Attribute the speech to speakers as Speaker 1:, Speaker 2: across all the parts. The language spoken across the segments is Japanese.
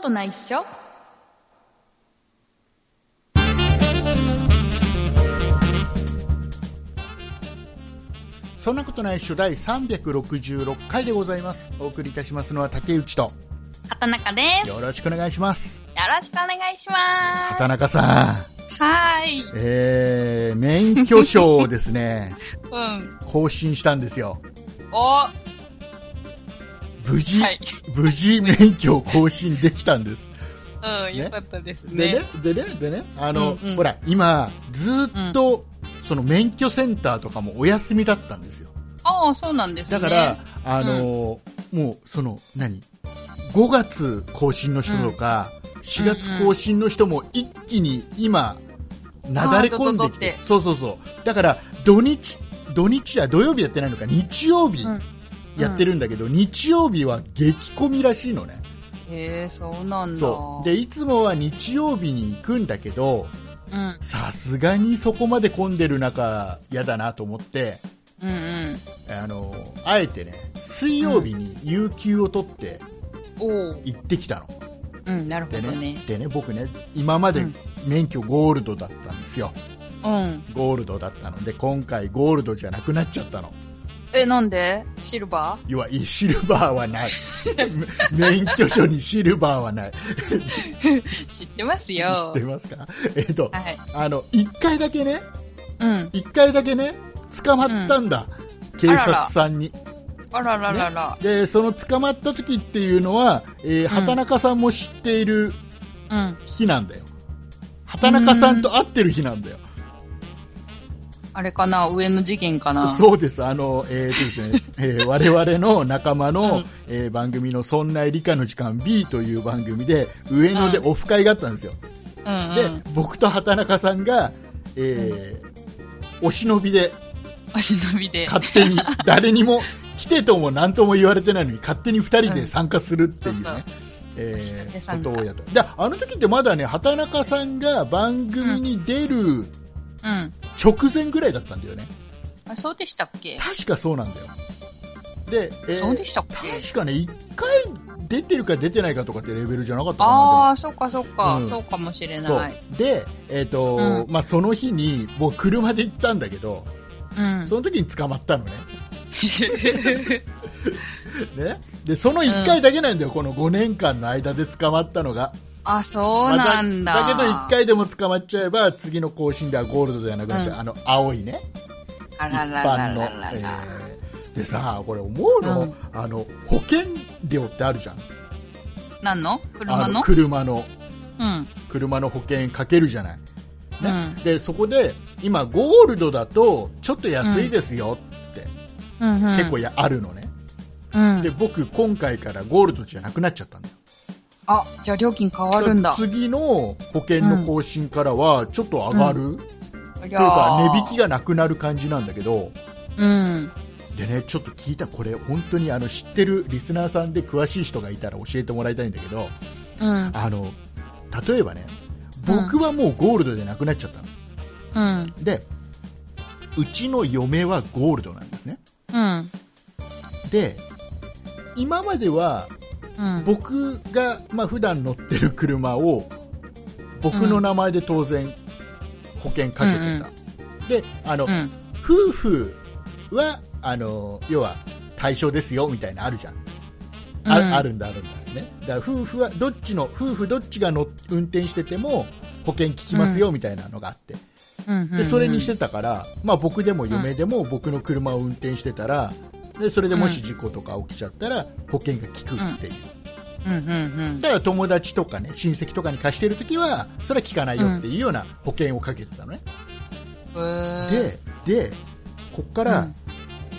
Speaker 1: とないっしょ
Speaker 2: そんなことないっしょ第366回でございます。お送りいたしますのは竹内と、
Speaker 1: 畑中ですよ
Speaker 2: よろしくお願いします。
Speaker 1: ろしくお願いしま
Speaker 2: 畑中さ
Speaker 1: すはーい
Speaker 2: ん、えー、免許証をです ね、
Speaker 1: うん
Speaker 2: 更新したんですよ。
Speaker 1: おは
Speaker 2: 無 事、
Speaker 1: い
Speaker 2: 無事免許を更新できたんです。
Speaker 1: うんよかったですね
Speaker 2: でね、でね、でね、あの、
Speaker 1: うんうん
Speaker 2: ほら、今、ずーっと、その免許センターとかもお休みだったんですよ。
Speaker 1: ああそうなんですね
Speaker 2: だから、あのーもう、その、何 ?5 月更新の人とか、4月更新の人も一気に今、なだれ込んでき
Speaker 1: あー
Speaker 2: て
Speaker 1: どどどっ、
Speaker 2: そうそうそう。だから、土日、土日や、土曜日やってないのか、日曜日
Speaker 1: うん
Speaker 2: やってるんだけど、日曜日は激混みらしいのね。
Speaker 1: へえそうなんだ
Speaker 2: そう。で、いつもは日曜日に行くんだけど、
Speaker 1: うん
Speaker 2: さすがにそこまで混んでる中、嫌だなと思って、
Speaker 1: うんうん
Speaker 2: あの、あえてね、水曜日に有給を取って
Speaker 1: おお
Speaker 2: 行ってきたの。
Speaker 1: うんなるほ
Speaker 2: で
Speaker 1: ど
Speaker 2: ね
Speaker 1: ね
Speaker 2: でね、僕ね、今まで
Speaker 1: うん
Speaker 2: 免許ゴールドだったんですよ。
Speaker 1: うん
Speaker 2: ゴールドだったので、今回ゴールドじゃなくなっちゃったの。
Speaker 1: えなんでシルバ
Speaker 2: 要は、いシルバー はない。免許証にシルバーはない。
Speaker 1: ー 知ってます
Speaker 2: 知
Speaker 1: よ
Speaker 2: ってますか えっと、
Speaker 1: はい
Speaker 2: あの、一回だけね、
Speaker 1: うん
Speaker 2: 一回だけね、捕まったんだ。警察さんに。
Speaker 1: あらららら、
Speaker 2: でその捕まった時っていうのは、えー畑中さんも知っている
Speaker 1: うん
Speaker 2: 日なんだよ畑中さんと会ってる日なんだよ
Speaker 1: あれかな上の事件かな
Speaker 2: そうですあの、えーとですねえ ー我々の仲間の、
Speaker 1: うん
Speaker 2: えー番組の「そんな理科の時間 B」という番組で上野で
Speaker 1: う
Speaker 2: オフ会があったんですよ、
Speaker 1: うんうん
Speaker 2: で僕と畑中さんが、えーお忍びで
Speaker 1: お忍びで。
Speaker 2: 勝手に誰にも来てとも何とも言われてないのに勝手に2人で参加するっていうね、
Speaker 1: うん
Speaker 2: えー
Speaker 1: 参加
Speaker 2: ことをやったであの時ってまだね畑中さんが番組に出る
Speaker 1: うん。
Speaker 2: 直前ぐらいだったんだよね
Speaker 1: あ、そうでしたっけ
Speaker 2: 確かそうなんだよで,、えー
Speaker 1: そうでしたっけ
Speaker 2: 確かね1回出てるか出てないかとかってレベルじゃなかったか
Speaker 1: あ
Speaker 2: な
Speaker 1: あ、そうかそうか、
Speaker 2: うん
Speaker 1: そうかもしれ
Speaker 2: でも
Speaker 1: ない。
Speaker 2: そうで、えーと
Speaker 1: うん
Speaker 2: まあ、その日に僕車で行ったんだけど
Speaker 1: うん。
Speaker 2: その時に捕まったのねね、でその1回だけなんだよ、この5年間の間で捕まったのが
Speaker 1: あ、そうなんだ。
Speaker 2: まあだだけど1回でも捕まっちゃえば次の更新ではゴールドではなくなっちゃう、
Speaker 1: うん
Speaker 2: あの青いね
Speaker 1: あ
Speaker 2: 一
Speaker 1: ららら
Speaker 2: 般
Speaker 1: ら
Speaker 2: の
Speaker 1: らら、
Speaker 2: えーでさこれ思うの,、
Speaker 1: うん
Speaker 2: あの保険料ってあるじゃん
Speaker 1: 何の
Speaker 2: あ
Speaker 1: 車の
Speaker 2: 車の
Speaker 1: うん。
Speaker 2: 車の保険かけるじゃない、ね
Speaker 1: うん
Speaker 2: でそこで今ゴールドだとちょっと安いですよって、
Speaker 1: うん、うん。
Speaker 2: 結構やあるのね
Speaker 1: うん
Speaker 2: で。僕今回からゴールドじゃなくなっちゃったんだよ
Speaker 1: あ、じゃあ料金変わるんだ。
Speaker 2: 次の保険の更新からはちょっと上がる、と
Speaker 1: という
Speaker 2: いうか値引きがなくなる感じなんだけど
Speaker 1: うん。
Speaker 2: でねちょっと聞いたこれ本当にあの知ってるリスナーさんで詳しい人がいたら教えてもらいたいんだけど
Speaker 1: うん。
Speaker 2: あの例えばね僕はもうゴールドでなくなっちゃった
Speaker 1: う
Speaker 2: の、
Speaker 1: ん。
Speaker 2: でうちの嫁はゴールドなんですね
Speaker 1: うん。
Speaker 2: で今までは
Speaker 1: うん。
Speaker 2: 僕が、まあ普段乗ってる車を僕の名前で当然保険かけ
Speaker 1: う
Speaker 2: てた、
Speaker 1: ん
Speaker 2: であの、
Speaker 1: うん。
Speaker 2: 夫婦はあの要は対象ですよみたいなのあるじゃんあ,、
Speaker 1: うん
Speaker 2: あるんだあるんだねだから夫婦はどっちの夫婦どっちがの運転してても保険効きますよみたいなのがあって、
Speaker 1: うん。
Speaker 2: でそれにしてたから、まあ、僕でも嫁でも僕の車を運転してたらでそれでもし事故とか起きちゃったら保険が効くっていう、
Speaker 1: うん。うん。うん。
Speaker 2: だから友達とかね親戚とかに貸してるときはそれは効かないよっていうような保険をかけてたのね、
Speaker 1: うん。
Speaker 2: ででこっから
Speaker 1: うん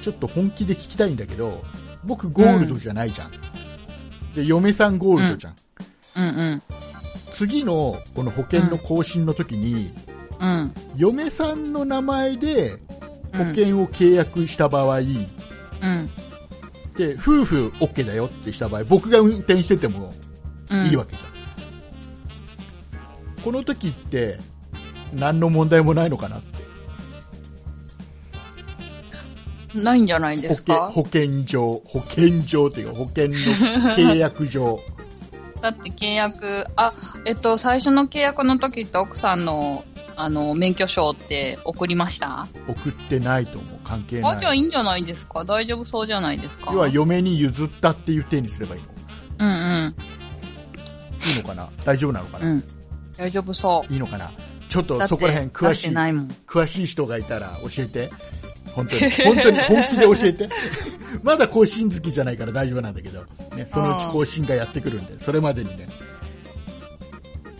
Speaker 2: ちょっと本気で聞きたいんだけど僕ゴールドじゃないじゃん、で嫁さんゴールドじゃん、
Speaker 1: うんうん。
Speaker 2: 次のこの保険の更新の時に、
Speaker 1: うん。
Speaker 2: 嫁さんの名前で保険を契約した場合、
Speaker 1: うん。
Speaker 2: で夫婦 OK だよってした場合僕が運転してても
Speaker 1: うん。
Speaker 2: いいわけじゃん、この時って何の問題もないのかなって
Speaker 1: ないんじゃないですか
Speaker 2: 保険保険上保険上というか保険の契約上
Speaker 1: だって契約、あ、えっと、最初の契約の時って奥さんの、あの、免許証って送りました
Speaker 2: 送ってないと思う関係
Speaker 1: あ、じゃあ
Speaker 2: ないい
Speaker 1: いんじゃないですか大丈夫そうじゃないですか
Speaker 2: 要は嫁に譲ったっていう手にすればいいの
Speaker 1: うんうん。
Speaker 2: いいのかな大丈夫なのか
Speaker 1: う
Speaker 2: な、
Speaker 1: ん。大丈夫そ
Speaker 2: いいのかなちょっ
Speaker 1: う。
Speaker 2: とそこら辺詳
Speaker 1: 出
Speaker 2: してい
Speaker 1: ないもん。
Speaker 2: 詳しい人がいたら教えて本当に本当に本気で教えて まだ更新好きじゃないから大丈夫なんだけど、ね、そのうち更新がやってくるんでそれまでにね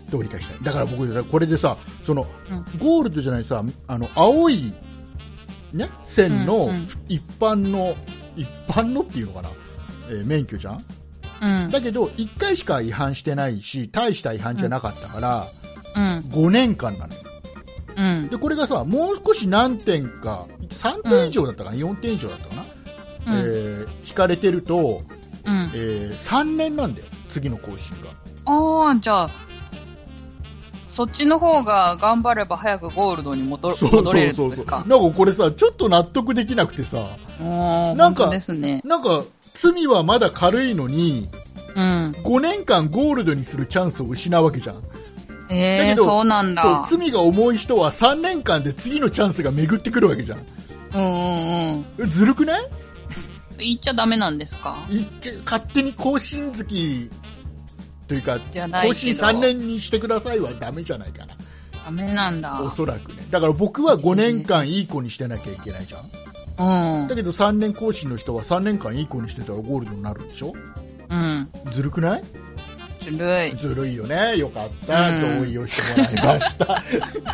Speaker 2: どうにかしたいだから僕これでさその、
Speaker 1: う
Speaker 2: ゴールドじゃないさあの青い、ね、線
Speaker 1: うん
Speaker 2: の
Speaker 1: うん
Speaker 2: 一般の、一般のっていうのかな、えー免許じゃん
Speaker 1: うん。
Speaker 2: だけど1回しか違反してないし大した違反じゃなかったから、
Speaker 1: うん。
Speaker 2: 5年間なのよ
Speaker 1: うん。
Speaker 2: でこれがさもう少し何点か3点以上だったかな、4点以上だったかな、
Speaker 1: うん。
Speaker 2: えー引かれてると、
Speaker 1: うん
Speaker 2: え。ー3年なんだよ次の更新が
Speaker 1: ああ、じゃあ、そっちの方が頑張れば早くゴールドに戻る戻れるんですか。
Speaker 2: なんかこれさちょっと納得できなくてさ
Speaker 1: おー
Speaker 2: なんか
Speaker 1: 本当ですね。
Speaker 2: なんか罪はまだ軽いのに
Speaker 1: うん。
Speaker 2: 5年間ゴールドにするチャンスを失うわけじゃんだ
Speaker 1: え
Speaker 2: け
Speaker 1: え
Speaker 2: ど
Speaker 1: そうなん
Speaker 2: そ
Speaker 1: だ。
Speaker 2: う罪が重い人は3年間で次のチャンスが巡ってくるわけじゃん
Speaker 1: うんうんうん。
Speaker 2: えずるくない
Speaker 1: 言っちゃダメなんですか
Speaker 2: 言って勝手に更新好きというか
Speaker 1: じゃないけど
Speaker 2: 更新3年にしてくださいはダメじゃないかな
Speaker 1: ダメなんだ。
Speaker 2: おそらくねだから僕は5年間いい子にしてなきゃいけないじゃん
Speaker 1: うん
Speaker 2: だ。けど3年更新の人は3年間いい子にしてたらゴールドになるでしょ
Speaker 1: うん。
Speaker 2: ずるくない
Speaker 1: ずるい。
Speaker 2: ずるいよねよかった、
Speaker 1: うん
Speaker 2: 同意をしてもらいました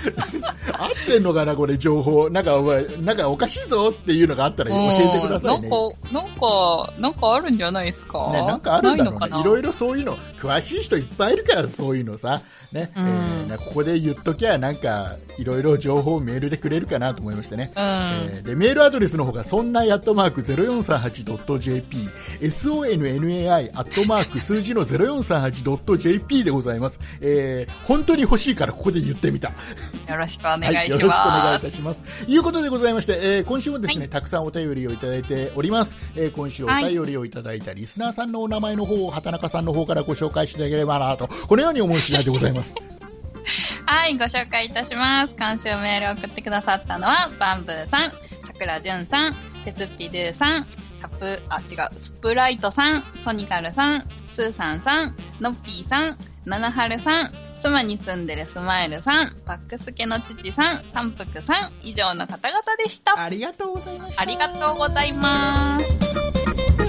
Speaker 2: 合ってんのかなこれ情報なんかお前なんかおかしいぞっていうのがあったら 教えてくださいね
Speaker 1: うんなんか、なんか、なんかあるんじゃないですか、
Speaker 2: ね、なんかあるんだろう
Speaker 1: ないのか
Speaker 2: ね。
Speaker 1: ない
Speaker 2: ろいろそういうの、詳しい人いっぱいいるから、そういうのさ。ね、
Speaker 1: うん
Speaker 2: えーなここで言っときゃ、なんか、いろいろ情報をメールでくれるかなと思いましてね。
Speaker 1: うん。
Speaker 2: えーで、メールアドレスの方が、そんなやっとマーク 0438.jp、sonnai アットマーク数字の 0438.jp でございます。えー本当に欲しいからここで言ってみた。
Speaker 1: よろしくお願いします。
Speaker 2: はい、よろしくお願いいたします。いうことでございまして、えー今週もですね、たくさんお便りをいただいております。えー今週お便りをいただいたリスナーさんのお名前の方を、畑中さんの方からご紹介していただければなと、このように思う次第でございます。
Speaker 1: はい、ご紹介いたします。今週メールを送ってくださったのは、バンブーさん、さくらじゅんさん、てつぴるーさん、サプ、あ、違う、スプライトさん、ソニカルさん、スーさんさん、のっぴーさん、ななはるさん、妻に住んでるスマイルさん、バックスケの父さん、三福さん、以上の方々でした。
Speaker 2: ありがとうございました。
Speaker 1: ありがとうございます。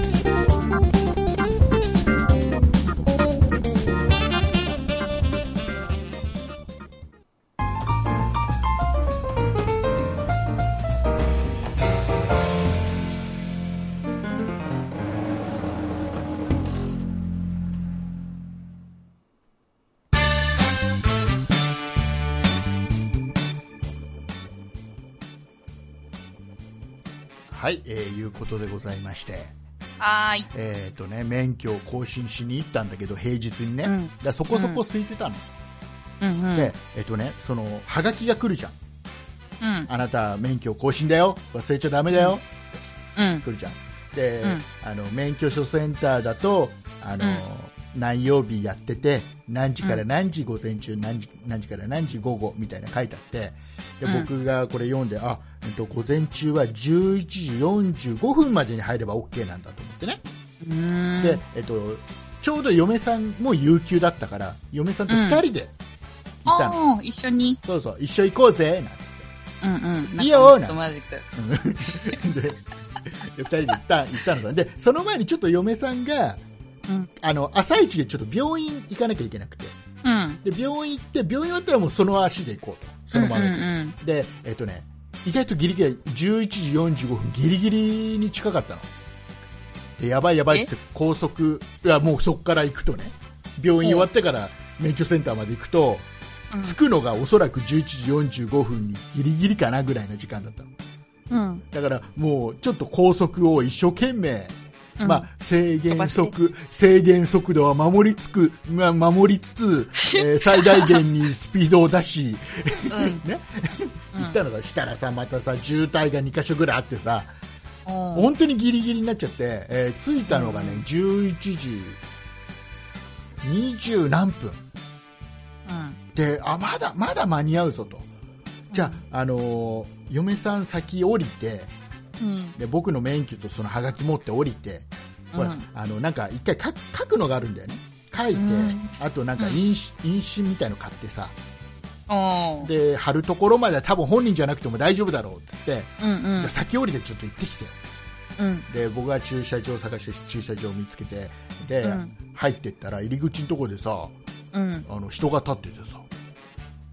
Speaker 2: はい、えーいうことでございまして、
Speaker 1: はーい。
Speaker 2: えっ、とね、免許を更新しに行ったんだけど、平日にね、
Speaker 1: うん
Speaker 2: だからそこそこ空いてたの。
Speaker 1: うんうん。
Speaker 2: で、えっ、とね、その、はがきが来るじゃん。
Speaker 1: うん。
Speaker 2: あなた、免許更新だよ。忘れちゃダメだよ。
Speaker 1: うん。
Speaker 2: 来るじゃんで、
Speaker 1: うん
Speaker 2: あの免許証センターだとあの、
Speaker 1: うん
Speaker 2: 何曜日やってて何時から何時午前中、何時何時から何時午後みたいな書いてあってで
Speaker 1: うん
Speaker 2: 僕がこれ読んで、あ、えっと、午前中は11時45分までに入れば OK なんだと思ってね、
Speaker 1: うーん。
Speaker 2: でえっと、ちょうど嫁さんも有給だったから嫁さんと2人で行ったの、
Speaker 1: あー一緒に。
Speaker 2: そうそう一緒行こうぜなんつって
Speaker 1: うんうん。
Speaker 2: いいよ
Speaker 1: なんかマジック。
Speaker 2: でで二人で行った行ったのさでその前にちょっと嫁さんが、
Speaker 1: うん
Speaker 2: あの朝一でちょっと病院行かなきゃいけなくて
Speaker 1: うん。
Speaker 2: で病院行って病院終わったらもうその足で行こうとその場で、
Speaker 1: うんうん
Speaker 2: でえっとね意外とギリギリ11時45分ギリギリに近かったのでやばいやばいっつって高速いやもうそこから行くとね病院終わってから免許センターまで行くと
Speaker 1: うん
Speaker 2: 着くのがおそらく11時45分にギリギリかなぐらいの時間だったの
Speaker 1: うん
Speaker 2: だからもうちょっと高速を一生懸命、
Speaker 1: うん
Speaker 2: まあ、制限
Speaker 1: 飛
Speaker 2: 速制限速度は守りつく、まあ、守りつつ、 えー最大限にスピードを出し、
Speaker 1: うん
Speaker 2: ね、
Speaker 1: うん
Speaker 2: 行ったのがしたらさまたさ渋滞が2か所ぐらいあってさ
Speaker 1: おー
Speaker 2: 本当にギリギリになっちゃって、えー着いたのがね11時20何分
Speaker 1: うん。
Speaker 2: であまだまだ間に合うぞとじゃあ、あのー嫁さん先降りて
Speaker 1: うん。
Speaker 2: で僕の免許とそのハガキ持って降りてほら、
Speaker 1: うん
Speaker 2: あのなんか一回書く書くのがあるんだよね書いて、
Speaker 1: うん
Speaker 2: あとなんか印紙印紙みたいの買ってさ
Speaker 1: おー。
Speaker 2: で貼るところまでは多分本人じゃなくても大丈夫だろうっつって、
Speaker 1: うんう
Speaker 2: じゃ
Speaker 1: ん
Speaker 2: あ。先降りてちょっと行ってきて
Speaker 1: うん。
Speaker 2: で僕が駐車場を探して駐車場を見つけてで、
Speaker 1: うん
Speaker 2: 入ってったら入り口のとこでさ
Speaker 1: うん。
Speaker 2: あの人が立っててさ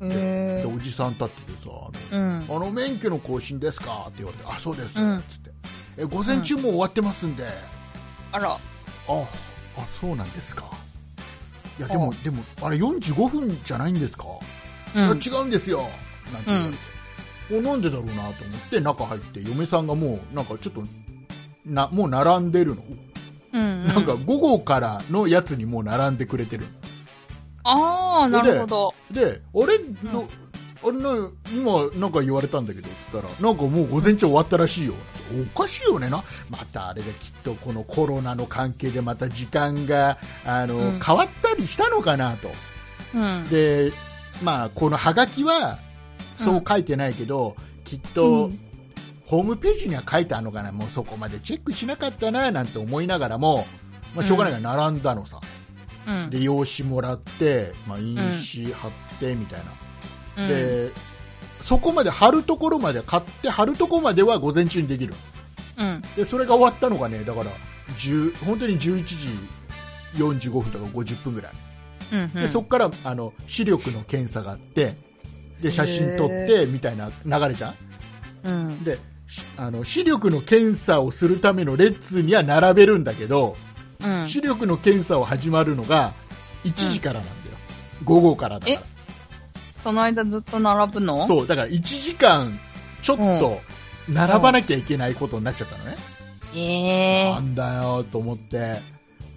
Speaker 2: で
Speaker 1: へ
Speaker 2: で
Speaker 1: ー
Speaker 2: おじさん立っててさあの
Speaker 1: うん。
Speaker 2: あの免許の更新ですかって言われて、あ、そうです、
Speaker 1: うん
Speaker 2: つってえ、午前中もう終わってますんで、
Speaker 1: あら。
Speaker 2: あ、あ、そうなんですか。いや、で
Speaker 1: う
Speaker 2: も、でも、あれ45分じゃないんですか、
Speaker 1: う
Speaker 2: いや
Speaker 1: ん。
Speaker 2: 違うんですよ、なんて言われて、おなんでだろうなと思って、中入って、嫁さんがもう、なんかちょっと、なもう並んでるの、
Speaker 1: うん。
Speaker 2: なんか。午後からのやつにもう並んでくれてる
Speaker 1: あー、なるほど。
Speaker 2: で、あれ、どあれな今、なんか言われたんだけどっつったら、なんかもう午前中終わったらしいよ、おかしいよねな、またあれできっとこのコロナの関係で、また時間があの、
Speaker 1: うん
Speaker 2: 変わったりしたのかなと、
Speaker 1: うん。
Speaker 2: でまあ、このハガキはそう書いてないけど、きっと、
Speaker 1: うん
Speaker 2: ホームページには書いてあるのかな、もうそこまでチェックしなかったななんて思いながらも、まあ、しょうがないから並んだのさ。
Speaker 1: うん。
Speaker 2: で用紙もらって、まあ、印紙貼ってみたい
Speaker 1: う
Speaker 2: な、
Speaker 1: ん、
Speaker 2: でそこまで貼るところまで買って貼るところまでは午前中にできる
Speaker 1: うん。
Speaker 2: でそれが終わったのがねだから10本当に11時45分とか50分ぐらい、
Speaker 1: うん。う
Speaker 2: で
Speaker 1: ん。
Speaker 2: そこからあの視力の検査があってで写真撮っ
Speaker 1: へ
Speaker 2: てみたいな流れじゃん
Speaker 1: うん。
Speaker 2: でしあの視力の検査をするための列には並べるんだけど、
Speaker 1: うん。
Speaker 2: 視力の検査を始まるのが1時からなんだよ、午後からだから
Speaker 1: その間ずっと並ぶの
Speaker 2: そうだから1時間ちょっと並ばなきゃいけないことになっちゃったのね、
Speaker 1: ええ
Speaker 2: なんだよと思って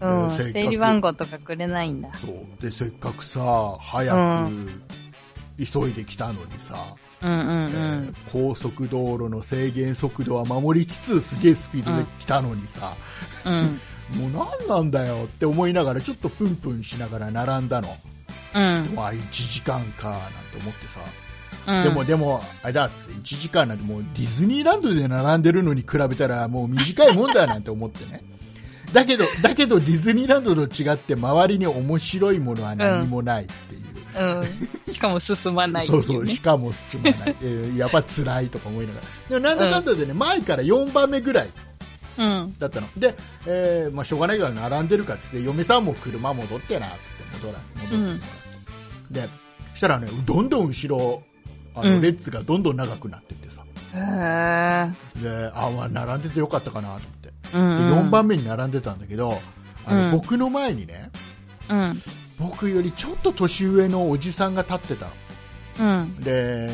Speaker 1: うん。
Speaker 2: せっかく
Speaker 1: 整理番号とかくれないんだ。
Speaker 2: そうでせっかくさ早く急いできたのにさ、
Speaker 1: うんうんう
Speaker 2: えー
Speaker 1: ん。
Speaker 2: 高速道路の制限速度は守りつつすげえスピードで来たのにさ、
Speaker 1: うん。
Speaker 2: もう何なんだよって思いながらちょっとプンプンしながら並んだの、
Speaker 1: うん。
Speaker 2: まあ1時間かなんて思ってさ、
Speaker 1: うん。
Speaker 2: でも、でも、あれだっつって、1時間なんて、もうディズニーランドで並んでるのに比べたら、もう短いもんだなんて思ってね。 だけど、だけどディズニーランドと違って、周りに面白いものは何もないっていう。
Speaker 1: うん。しかも進まないって
Speaker 2: そ
Speaker 1: いうね。
Speaker 2: そう、しかも進まない。 えーやっぱ辛いとか思いながら。でもなんだかんだでね、前から4番目ぐらい
Speaker 1: うん。
Speaker 2: だったの。で、えーまあ、しょうがないから並んでるかっつって、嫁さんも車戻ってな、つって戻ら、戻ってもらって。で、したらね、どんどん後ろ、あ
Speaker 1: う
Speaker 2: の、
Speaker 1: ん
Speaker 2: レッツがどんどん長くなってってさ。
Speaker 1: へえ。
Speaker 2: であまあ並んでてよかったかなと思って、で
Speaker 1: うん。
Speaker 2: 4番目に並んでたんだけどあの、
Speaker 1: うん
Speaker 2: 僕の前にね
Speaker 1: 目。うん。
Speaker 2: 僕よりちょっと年上のおじさんが立ってたの
Speaker 1: うん。
Speaker 2: で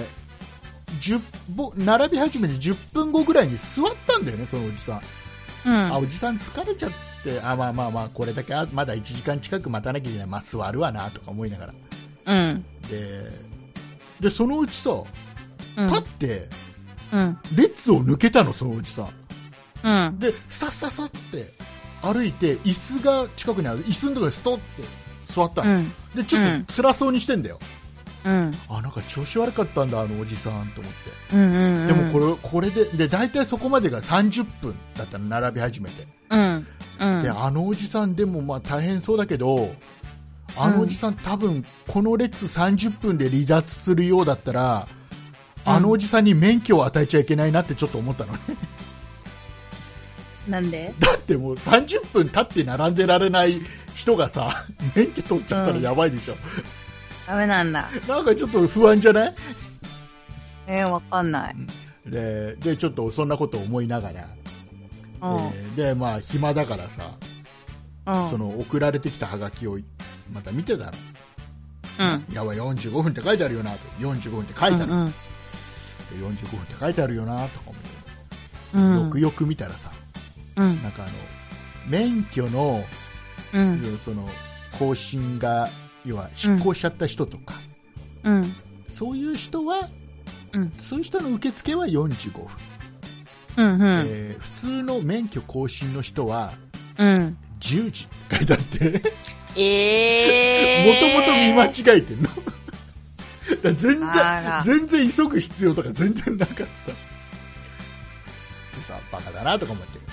Speaker 2: 10ぼ並び始めて10分後ぐらいに座ったんだよねそのおじさん、
Speaker 1: うん
Speaker 2: あ。おじさん疲れちゃってあまあまあまあこれだけあまだ1時間近く待たなきゃいけないまあ座るわなとか思いながら
Speaker 1: うん。
Speaker 2: ででそのうちさ
Speaker 1: うん。
Speaker 2: 立って
Speaker 1: うん。
Speaker 2: 列を抜けたのそのおじさん
Speaker 1: うん。
Speaker 2: でさっさっさって歩いて椅子が近くにある椅子のところにストって座った
Speaker 1: う
Speaker 2: の、
Speaker 1: ん。
Speaker 2: でちょっと辛そうにしてんだよ、
Speaker 1: うん。
Speaker 2: あなんか調子悪かったんだあのおじさんと思って、
Speaker 1: うん。うん。
Speaker 2: でもこれこれでで大体そこまでが30分だったの並び始めて、
Speaker 1: うん。うん。
Speaker 2: であのおじさんでもまあ大変そうだけどあのおじさん、多分この列30分で離脱するようだったらあのおじさんに免許を与えちゃいけないなってちょっと思ったのね
Speaker 1: なんで
Speaker 2: だってもう30分経って並んでられない人がさ、 免許取っちゃったらやばいでしょ。
Speaker 1: ダメなんだ。
Speaker 2: なんかちょっと不安じゃない
Speaker 1: えー、わかんない。
Speaker 2: で、で、ちょっとそんなこと思いながら、
Speaker 1: うん。う
Speaker 2: えーで、まあ暇だからさ、
Speaker 1: ん。
Speaker 2: その送られてきたハガキをまた見てたの。
Speaker 1: うん。
Speaker 2: やばい、45分って書いてあるよなと。45分って書いてある。
Speaker 1: うん。
Speaker 2: 45分って書いてあるよなとか思って、
Speaker 1: うん。
Speaker 2: よくよく見たらさ、
Speaker 1: うん。
Speaker 2: なんかあの、免許の、
Speaker 1: うん。
Speaker 2: その、更新が、要は執行しちゃった人とか、
Speaker 1: うん。
Speaker 2: そういう人は、
Speaker 1: うん
Speaker 2: そういう人の受付は45分、
Speaker 1: うん。うん。
Speaker 2: えー普通の免許更新の人は
Speaker 1: うん。
Speaker 2: 10時って書いてあって
Speaker 1: ええ
Speaker 2: もともと見間
Speaker 1: ち。
Speaker 2: 違えてんの だから
Speaker 1: あら
Speaker 2: 全然全然急ぐ必要とか全然なかったでさバカだなとか思ってる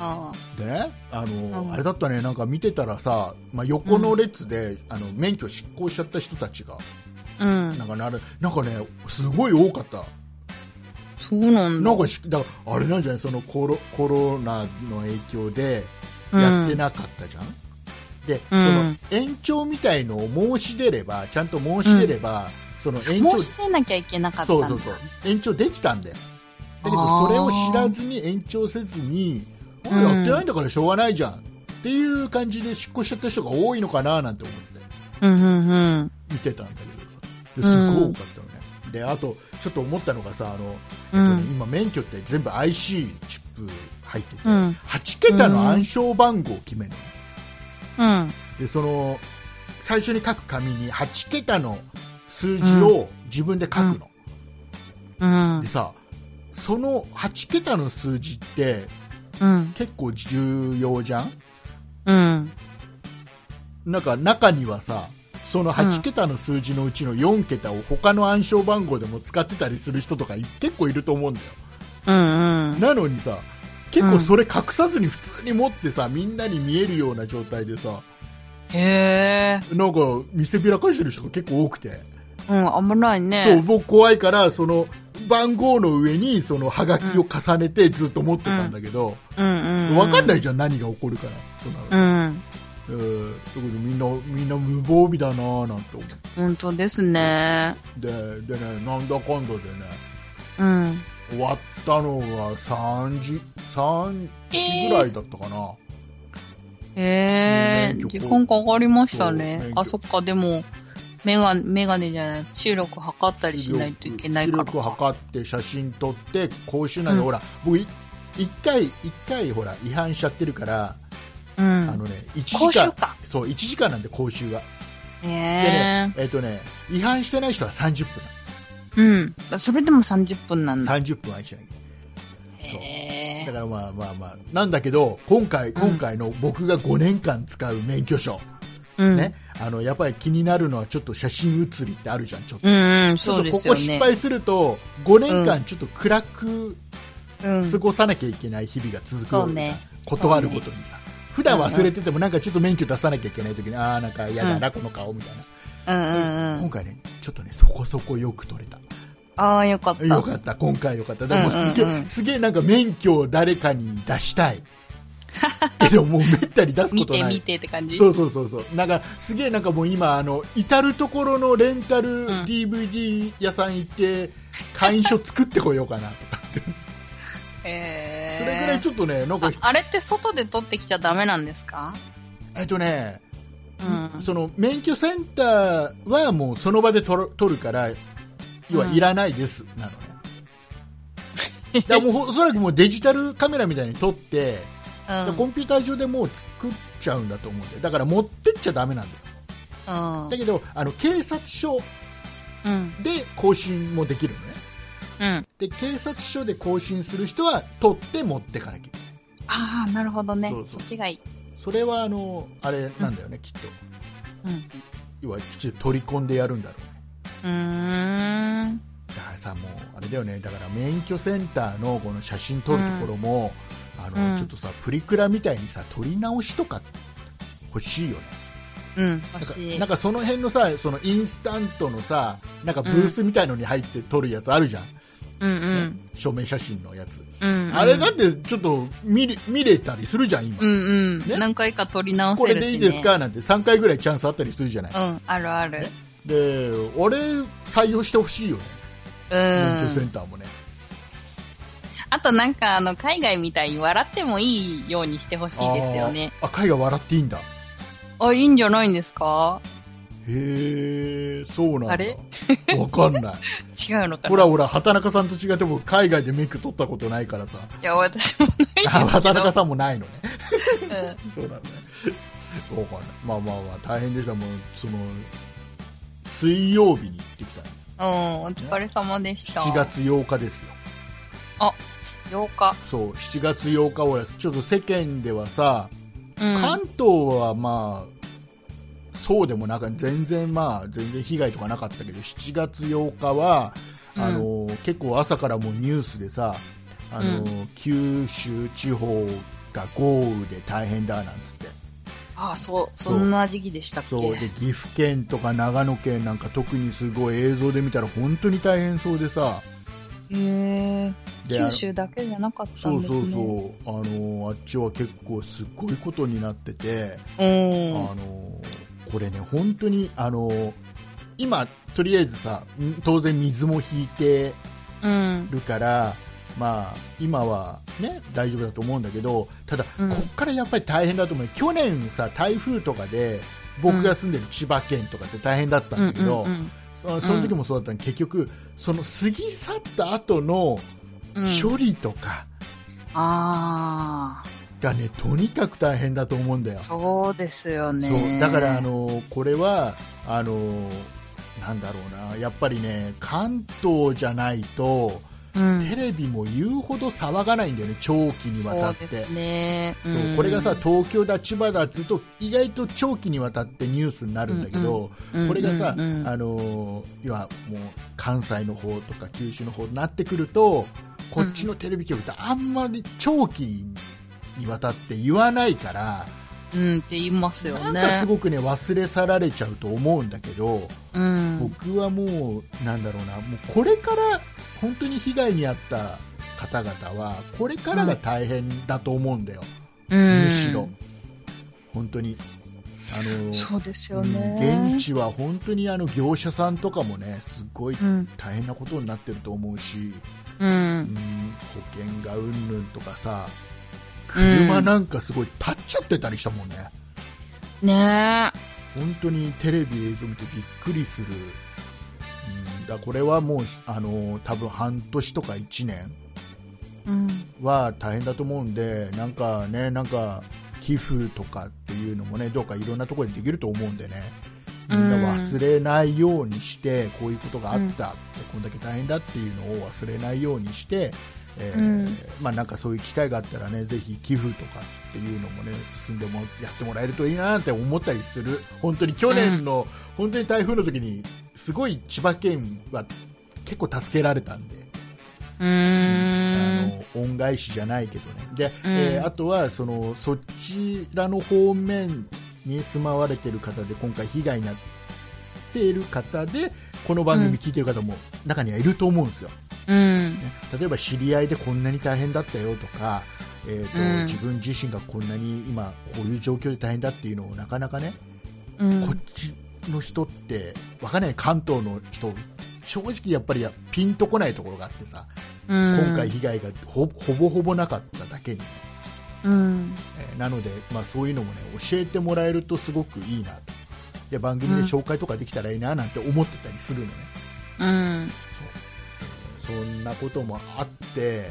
Speaker 1: うん
Speaker 2: でねあの、
Speaker 1: うん
Speaker 2: あれだったねなんか見てたらさ、まあ、横の列で、あの免許失効しちゃった人たちが
Speaker 1: うん。
Speaker 2: なんかなるなんかねすごい多かった
Speaker 1: そうなんだ。
Speaker 2: なんかしだからあれなんじゃないそのコロコロナの影響で
Speaker 1: うん
Speaker 2: やってなかったじゃん、で
Speaker 1: う
Speaker 2: そ
Speaker 1: ん
Speaker 2: の延長みたいのを申し出ればちゃんと申し出れば、その延長
Speaker 1: 申し出なきゃいけなかったん
Speaker 2: そう
Speaker 1: だ。
Speaker 2: そうそう延長できたんだよだけ
Speaker 1: あー
Speaker 2: どそれを知らずに延長せずに
Speaker 1: ん
Speaker 2: 俺やってないんだからしょうがないじゃん、っていう感じで出向しちゃった人が多いのかななんて思って
Speaker 1: うんうんうん。
Speaker 2: 見てたんだけどさですごい多かったのね、であとちょっと思ったのがさあの
Speaker 1: うん。
Speaker 2: 今免許って全部 IC チップ入ってて、
Speaker 1: うん
Speaker 2: 8桁の暗証番号を決めるの、
Speaker 1: うん。
Speaker 2: でその最初に書く紙に8桁の数字を自分で書くの、
Speaker 1: うん
Speaker 2: で。さその8桁の数字って
Speaker 1: うん。
Speaker 2: 結構重要じゃん
Speaker 1: うん。
Speaker 2: なんか中にはさその8桁の数字のうちの4桁を他の暗証番号でも使ってたりする人とかい結構いると思うんだよ
Speaker 1: うん。うん。
Speaker 2: なのにさ結構それ隠さずに普通に持ってさみんなに見えるような状態でさ
Speaker 1: へえ。
Speaker 2: なんか見せびらかしてる人が結構多くて、
Speaker 1: うん、危ない
Speaker 2: そう
Speaker 1: ね。
Speaker 2: 僕怖いからその番号の上にそのハガキを重ねてずっと持ってたんだけど、
Speaker 1: うんうんうん。。
Speaker 2: 分かんないいじゃん何が起こるからそんなの
Speaker 1: うん。
Speaker 2: えー、特にみんなみんな無防備だなぁなんて思って
Speaker 1: 本当ですね。
Speaker 2: ででねなんだかんだでね
Speaker 1: うん。
Speaker 2: 終わったのが3時3時ぐらいだったかな、
Speaker 1: へえ
Speaker 2: 免許、
Speaker 1: 時間かかりました
Speaker 2: そう
Speaker 1: ね
Speaker 2: 免。許
Speaker 1: あ、そっか、でも、メガ、メガネじゃない、視力測ったりしないといけないから
Speaker 2: 視力
Speaker 1: か。
Speaker 2: 測って写真撮って講習なんで、
Speaker 1: うん
Speaker 2: ほら僕い一回一回ほら違反しちゃってるから、
Speaker 1: う
Speaker 2: あの
Speaker 1: ん。
Speaker 2: ね一時
Speaker 1: 講習
Speaker 2: 間
Speaker 1: か。
Speaker 2: そう一時間なんで講習がで
Speaker 1: へ
Speaker 2: ねえっ、とね違反してない人は30分
Speaker 1: え。うん。それでも30分なんだ。
Speaker 2: 30分はしない
Speaker 1: へ
Speaker 2: そうだ
Speaker 1: え。
Speaker 2: からまあまあまあなんだけど今回今回の僕が5年間使う免許証、
Speaker 1: うん。
Speaker 2: ねあのやっぱり気になるのはちょっと写真写りってあるじゃんちょっと、
Speaker 1: うんうん、
Speaker 2: ち
Speaker 1: そ
Speaker 2: ょ
Speaker 1: う
Speaker 2: っと
Speaker 1: で
Speaker 2: こ
Speaker 1: すよ
Speaker 2: こ失
Speaker 1: ね。
Speaker 2: 敗すると5年間ちょっと暗く
Speaker 1: うん
Speaker 2: 過ごさなきゃいけない日々が続くわけじゃん、
Speaker 1: そうね
Speaker 2: 断ることにさ、普段忘れててもなんかちょっと免許出さなきゃいけない時にああなんか嫌だな、この顔みたいな
Speaker 1: うんうんうん。
Speaker 2: 今回ねちょっとねそこそこよく撮れた
Speaker 1: ああ、よかった。
Speaker 2: よかった今回よかったでもすげえ、
Speaker 1: うんうんうん
Speaker 2: すげえなんか免許を誰かに出した いけどもうめったに出すこ
Speaker 1: 見
Speaker 2: と
Speaker 1: て
Speaker 2: ない
Speaker 1: 見てって感じ。。
Speaker 2: そううそうそうそうなんかすげえなんかもう今あの至る所のレンタル
Speaker 3: ん
Speaker 2: DVD 屋さん行って会員証作ってこようかなとか
Speaker 1: へえ。
Speaker 2: それぐらいちょっとねなん か
Speaker 1: ああれって外で撮ってきちゃダメなんですか
Speaker 2: えっとね
Speaker 1: うん。
Speaker 2: その免許センターはもうその場で取る取るから要は
Speaker 1: うん
Speaker 2: いらないです、なのねだからもうほおそらくもうデジタルカメラみたいに撮って、
Speaker 1: うん。
Speaker 2: コンピューター上でもう作っちゃうんだと思うんだよだから持ってっちゃダメなんです
Speaker 1: うん
Speaker 2: だけどあの警察署
Speaker 1: うん。
Speaker 2: で更新もできるのね
Speaker 1: うん。
Speaker 2: で警察署で更新する人は取って持ってかなきゃいけない
Speaker 1: ああ、なるほどね。
Speaker 2: そうそう
Speaker 1: 気違い。
Speaker 2: それはあのあれなんだよね、きっと
Speaker 1: うん。
Speaker 2: 要はきちんと取り込んでやるんだろうね
Speaker 1: うーん。
Speaker 2: だからさもうあれだよねだから免許センターのこの写真撮るところも、あの
Speaker 1: うん
Speaker 2: ちょっとさプリクラみたいにさ撮り直しとか欲しいよね
Speaker 1: うん。欲
Speaker 2: なんか
Speaker 1: しい
Speaker 2: なん。かその辺のさそのインスタントのさなんかブースみたいのに入って撮るやつあるじゃん、
Speaker 1: うんうん。
Speaker 2: 証明写真のやつ、
Speaker 1: うん、うん。
Speaker 2: あれだってちょっと見れ見れたりするじゃん今、
Speaker 1: うんうん。
Speaker 2: ね
Speaker 1: 何回か撮り直
Speaker 2: こ
Speaker 1: せ
Speaker 2: れ
Speaker 1: るし、ね。
Speaker 2: でいいですかなんて3回ぐらいチャンスあったりするじゃない、
Speaker 1: うん、あるある。
Speaker 2: で俺採用してほしいよね、
Speaker 1: う
Speaker 2: 免許セ
Speaker 1: ん。
Speaker 2: ンターもね
Speaker 1: あとなんか、あの、海外みたいに笑ってもいいようにしてほしいですよね。
Speaker 2: あーあ貝が笑っていいんだ
Speaker 1: あいいんじゃないんですか
Speaker 2: へえ、そうなんだ。
Speaker 1: あれ
Speaker 2: わかん ない。
Speaker 1: 違うのかな
Speaker 2: ほらほら、畑中さんと違って僕、海外でメイク取ったことないからさ。
Speaker 1: いや、私もない。
Speaker 2: あ畑中さんもないのね。
Speaker 1: うん
Speaker 2: そうだね。わかんない。まあまあまあ、大変でした。もう、その、水曜日に行ってきたんで
Speaker 1: うん、お疲れ様でし
Speaker 2: す
Speaker 1: た。
Speaker 2: 7月8日ですよ。
Speaker 1: 8日。
Speaker 2: そう、7月8日、ほら、ちょっと世間ではさ、
Speaker 1: うん。
Speaker 2: 関東はまあ、そうでもなか全然まあ全然被害とかなかったけど7月8日はあの、結構朝からもうニュースでさあの、
Speaker 1: う
Speaker 2: 九州地方が豪雨で大変だなんつって
Speaker 1: ああ、そう、
Speaker 2: そ
Speaker 1: そ
Speaker 2: う
Speaker 1: んな時期でしたっけ
Speaker 2: そうで岐阜県とか長野県なんか特にすごい映像で見たら本当に大変そうでさ
Speaker 1: へえ
Speaker 2: で
Speaker 1: 九
Speaker 2: あの
Speaker 1: 州だけじゃなかった
Speaker 2: そ
Speaker 1: ん
Speaker 2: う
Speaker 1: です
Speaker 2: そ
Speaker 1: ね。
Speaker 2: うそうあのあっちは結構すごいことになってて、
Speaker 1: う。うん。
Speaker 2: あのこれね本当にあの今とりあえずさん当然水も引いて
Speaker 1: うん。
Speaker 2: るからまあ今はね大丈夫だと思うんだけどただ、
Speaker 1: うん
Speaker 2: こっからやっぱり大変だと思う去年さ台風とかで僕が住んでる千葉県とかって大変だったんだけど、
Speaker 1: うん
Speaker 2: そその時もそうだったのに結局その過ぎ去った後の
Speaker 1: うんうん
Speaker 2: 処理とか
Speaker 1: ああ、
Speaker 2: がね、とにかく大変だと思うんだよ。
Speaker 1: そうですよ
Speaker 2: そう
Speaker 1: ね。
Speaker 2: だからあ、のこれはあのなんだろうなやっぱりね関東じゃないと
Speaker 1: うん、
Speaker 2: テレビも言うほど騒がないんだよね長期にわたって
Speaker 1: そうですね。う
Speaker 2: そうんこれがさ、東京だ千葉だっていうと意外と長期にわたってニュースになるんだけど、これがさ、
Speaker 1: うんうんうん
Speaker 2: あのー要はもう関西の方とか九州の方になってくるとこっちのテレビ局ってあんまり長期にわたって言わないから、
Speaker 1: うんって言いますよね。
Speaker 2: なんかすごくね忘れ去られちゃうと思うんだけど、
Speaker 1: うん、
Speaker 2: 僕はもうなんだろうなもうこれから本当に被害に遭った方々はこれからが大変だと思うんだよ、
Speaker 1: うん
Speaker 2: むしろ本当にあのー
Speaker 1: そうですよ
Speaker 2: うん
Speaker 1: ね。
Speaker 2: 現地は本当にあの業者さんとかもねすごい
Speaker 1: うん、
Speaker 2: 大変なことになってると思うし、
Speaker 1: う
Speaker 2: うん
Speaker 1: ん、、
Speaker 2: 保険がうんぬんとかさ
Speaker 1: うん
Speaker 2: 車なんかすごい立っちゃってたりしたもんね、
Speaker 1: ね
Speaker 2: 本当にテレビ映像見てびっくりする、うん、だからこれはもうあの多分半年とか1年
Speaker 1: え、うん、
Speaker 2: は大変だと思うんでなんかねなんか寄付とかっていうのもねどうかいろんなところでできると思うんでねみんな忘れないようにして、こういうことがあったって、こんだけ大変だっていうのを忘れないようにして、えー
Speaker 1: うん
Speaker 2: まあ、なんかそういう機会があったらねぜひ寄付とかっていうのもね進んでもやってもらえるといいなって思ったりする本当に去年の、本当に台風の時にすごい千葉県は結構助けられたんで。
Speaker 1: う
Speaker 2: あ
Speaker 1: ん、
Speaker 2: の恩返しじゃないけどね、で
Speaker 1: うん
Speaker 2: えーあとはそのそちらの方面に住まわれてる方で今回、被害になっている方でこの番組聞いてる方も中にはいると思うんですよ、
Speaker 1: うん、
Speaker 2: ね例えば知り合いでこんなに大変だったよとか、えーと
Speaker 1: うん
Speaker 2: 自分自身がこんなに今、こういう状況で大変だっていうのをなかなかね、
Speaker 1: うん
Speaker 2: こっちの人ってわかんない関東の人正直やっぱりやピンとこないところがあってさ今回、被害がほほぼほぼなかっただけに、
Speaker 1: うん、
Speaker 2: えーなので、まあ、そういうのも、ね、教えてもらえるとすごくいいなとで番組で紹介とかできたらいいななんて思ってたりするのね、
Speaker 1: うん、
Speaker 2: そんなこともあって、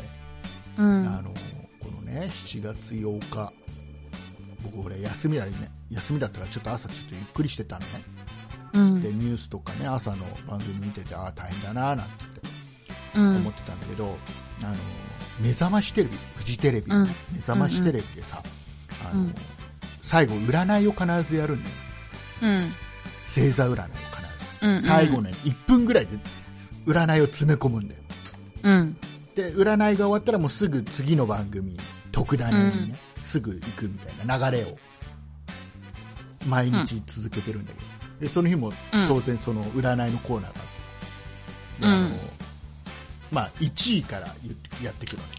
Speaker 1: うん
Speaker 2: あ、のこのね7月8日僕ほら休みだ,、ね、休みだったからちょっと朝ちょっとゆっくりしてたのね
Speaker 1: うん
Speaker 2: で、ニュースとかね朝の番組見ててああ大変だななんて言って
Speaker 1: うん、
Speaker 2: 思ってたんだけど、あの目覚ましテレビフジテレビ、
Speaker 1: うん
Speaker 2: 目覚ましテレビでさ、あの
Speaker 1: うん
Speaker 2: 最後占いを必ずやるんだよ
Speaker 1: うん、
Speaker 2: 星座占いを必
Speaker 1: うん、
Speaker 2: ず最後ね、1分ぐらいで占いを詰め込むんだよ
Speaker 1: うん、
Speaker 2: で占いが終わったらもうすぐ次の番組特段にね、すぐ行くみたいな流れを毎日続けてるんだけど、でその日も
Speaker 1: うん
Speaker 2: 当然その占いのコーナーがあってさであの
Speaker 1: うん
Speaker 2: まあ、1位からやってくるのね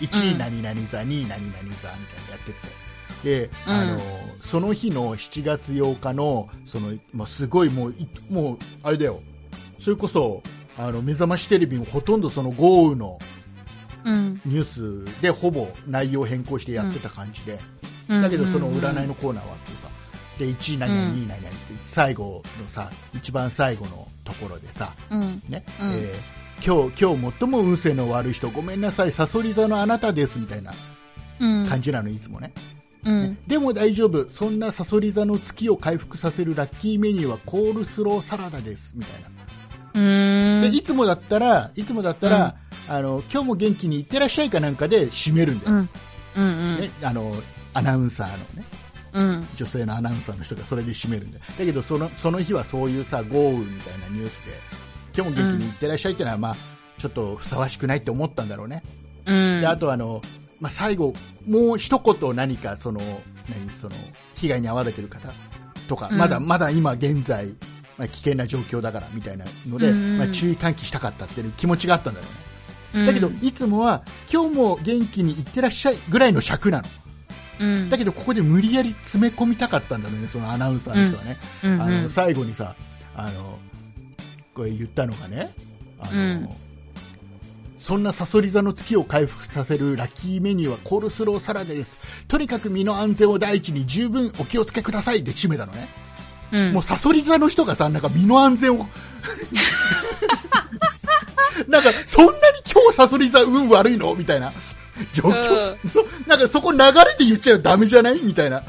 Speaker 2: 1
Speaker 1: う
Speaker 2: 位
Speaker 1: ん
Speaker 2: 何々座、2位何々座みたいなのやってってで、
Speaker 1: うん
Speaker 2: あのその日の7月8日のその、まあ、すごいもういもうあれだよそれこそあの目覚ましテレビもほとんどその豪雨の
Speaker 1: うん、
Speaker 2: ニュースでほぼ内容変更してやってた感じで、
Speaker 1: うん、
Speaker 2: だけどその占いのコーナーはあってさで1位何々、
Speaker 1: うん
Speaker 2: 2位何々って最後のさ一番最後のところでさ、
Speaker 1: うん、
Speaker 2: ね
Speaker 1: うん
Speaker 2: えー今日今日最も運勢の悪い人ごめんなさいさそり座のあなたですみたいな
Speaker 1: うん、
Speaker 2: 感じなのいつもね、
Speaker 1: うん、
Speaker 2: でも大丈夫そんなさそり座の月を回復させるラッキーメニューはコールスローサラダですみたいな
Speaker 1: うん、
Speaker 2: でいつもだったら、いつもだったら、あの今日も元気にいってらっしゃいかなんかで締めるんだ
Speaker 1: う
Speaker 2: よ、
Speaker 1: ん、うん、うん
Speaker 2: ね、あのアナウンサーのね、
Speaker 1: うん。
Speaker 2: 女性のアナウンサーの人がそれで締めるんで、だけどそのその日はそういうさ豪雨みたいなニュースで、今日も元気にいってらっしゃいっていうのは、まあ、ちょっとふさわしくないって思ったんだろうね、
Speaker 1: うん。
Speaker 2: であとあの、まあ、最後、もう一言何かその何その被害に遭われてる方とか、
Speaker 1: うん
Speaker 2: まだまだ今現在、まあ、危険な状況だからみたいなので、
Speaker 1: うんうん
Speaker 2: まあ、注意喚起したかったっていう気持ちがあったんだろうね。
Speaker 1: うん、
Speaker 2: だけど、いつもは今日も元気にいってらっしゃいぐらいの尺なの。
Speaker 1: うん。
Speaker 2: だけど、ここで無理やり詰め込みたかったんだろうね、そのアナウンサーの人はね。
Speaker 1: うん、
Speaker 2: あ
Speaker 1: う
Speaker 2: の
Speaker 1: ん。
Speaker 2: 最後にさあのこれ言ったのがねあの、
Speaker 1: うん
Speaker 2: そんなさそり座の月を回復させるラッキーメニューはコールスローサラダですとにかく身の安全を第一に十分お気をつけくださいで締めたのね、
Speaker 1: うん
Speaker 2: もうさそり座の人がさなんか身の安全を なんかそんなに今日さそり座運悪いのみたいな状況、そなんかそこ流れで言っちゃダメじゃないみたいな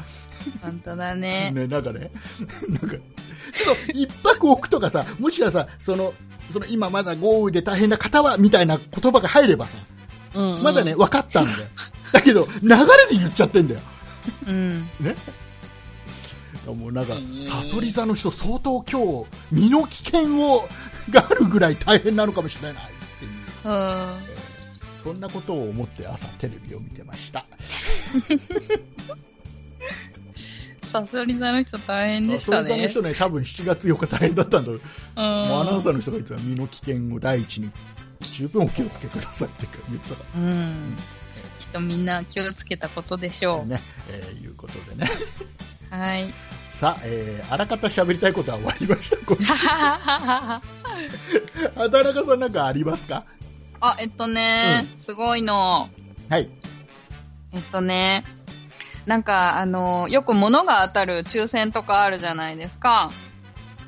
Speaker 1: 本当だね。
Speaker 2: ね、なんかね、 なんか、ちょっと一泊置くとかさ、もしくはさ、その、その今まだ豪雨で大変な方は、みたいな言葉が入ればさ、
Speaker 1: うん、うん。
Speaker 2: まだね、。分かったんだよ。だけど、流れで言っちゃってんだよ。
Speaker 1: うん。
Speaker 2: ね。もうなんか
Speaker 1: いい、ね
Speaker 2: サソリ座の人相当今日、身の危険を、があるぐらい大変なのかもしれないっていう、
Speaker 1: うん。
Speaker 2: そんなことを思って朝テレビを見てました。
Speaker 1: さそり座の人大変でし
Speaker 2: サソ
Speaker 1: た
Speaker 2: リ座の
Speaker 1: ね。
Speaker 2: 人ね、多分7月4日大変だったんだろ
Speaker 1: う
Speaker 2: う。
Speaker 1: ん。
Speaker 2: もうアナウンサーの人が言ってた身の危険を第一に十分お気をつけくださいって言ってたか
Speaker 1: うん。きっとみんな気をつけたことでし
Speaker 2: ら
Speaker 1: ょ
Speaker 2: ね、えーいうことでね
Speaker 1: う。はい。
Speaker 2: さあ、えーあらかた喋りたいことは終わりましたこれ
Speaker 1: あ、
Speaker 2: 畑中さんなんかありますか
Speaker 1: えっとね、すごいの。
Speaker 2: はい
Speaker 1: えっとね、なんか、あの、よく物が当たる抽選とかあるじゃないですか。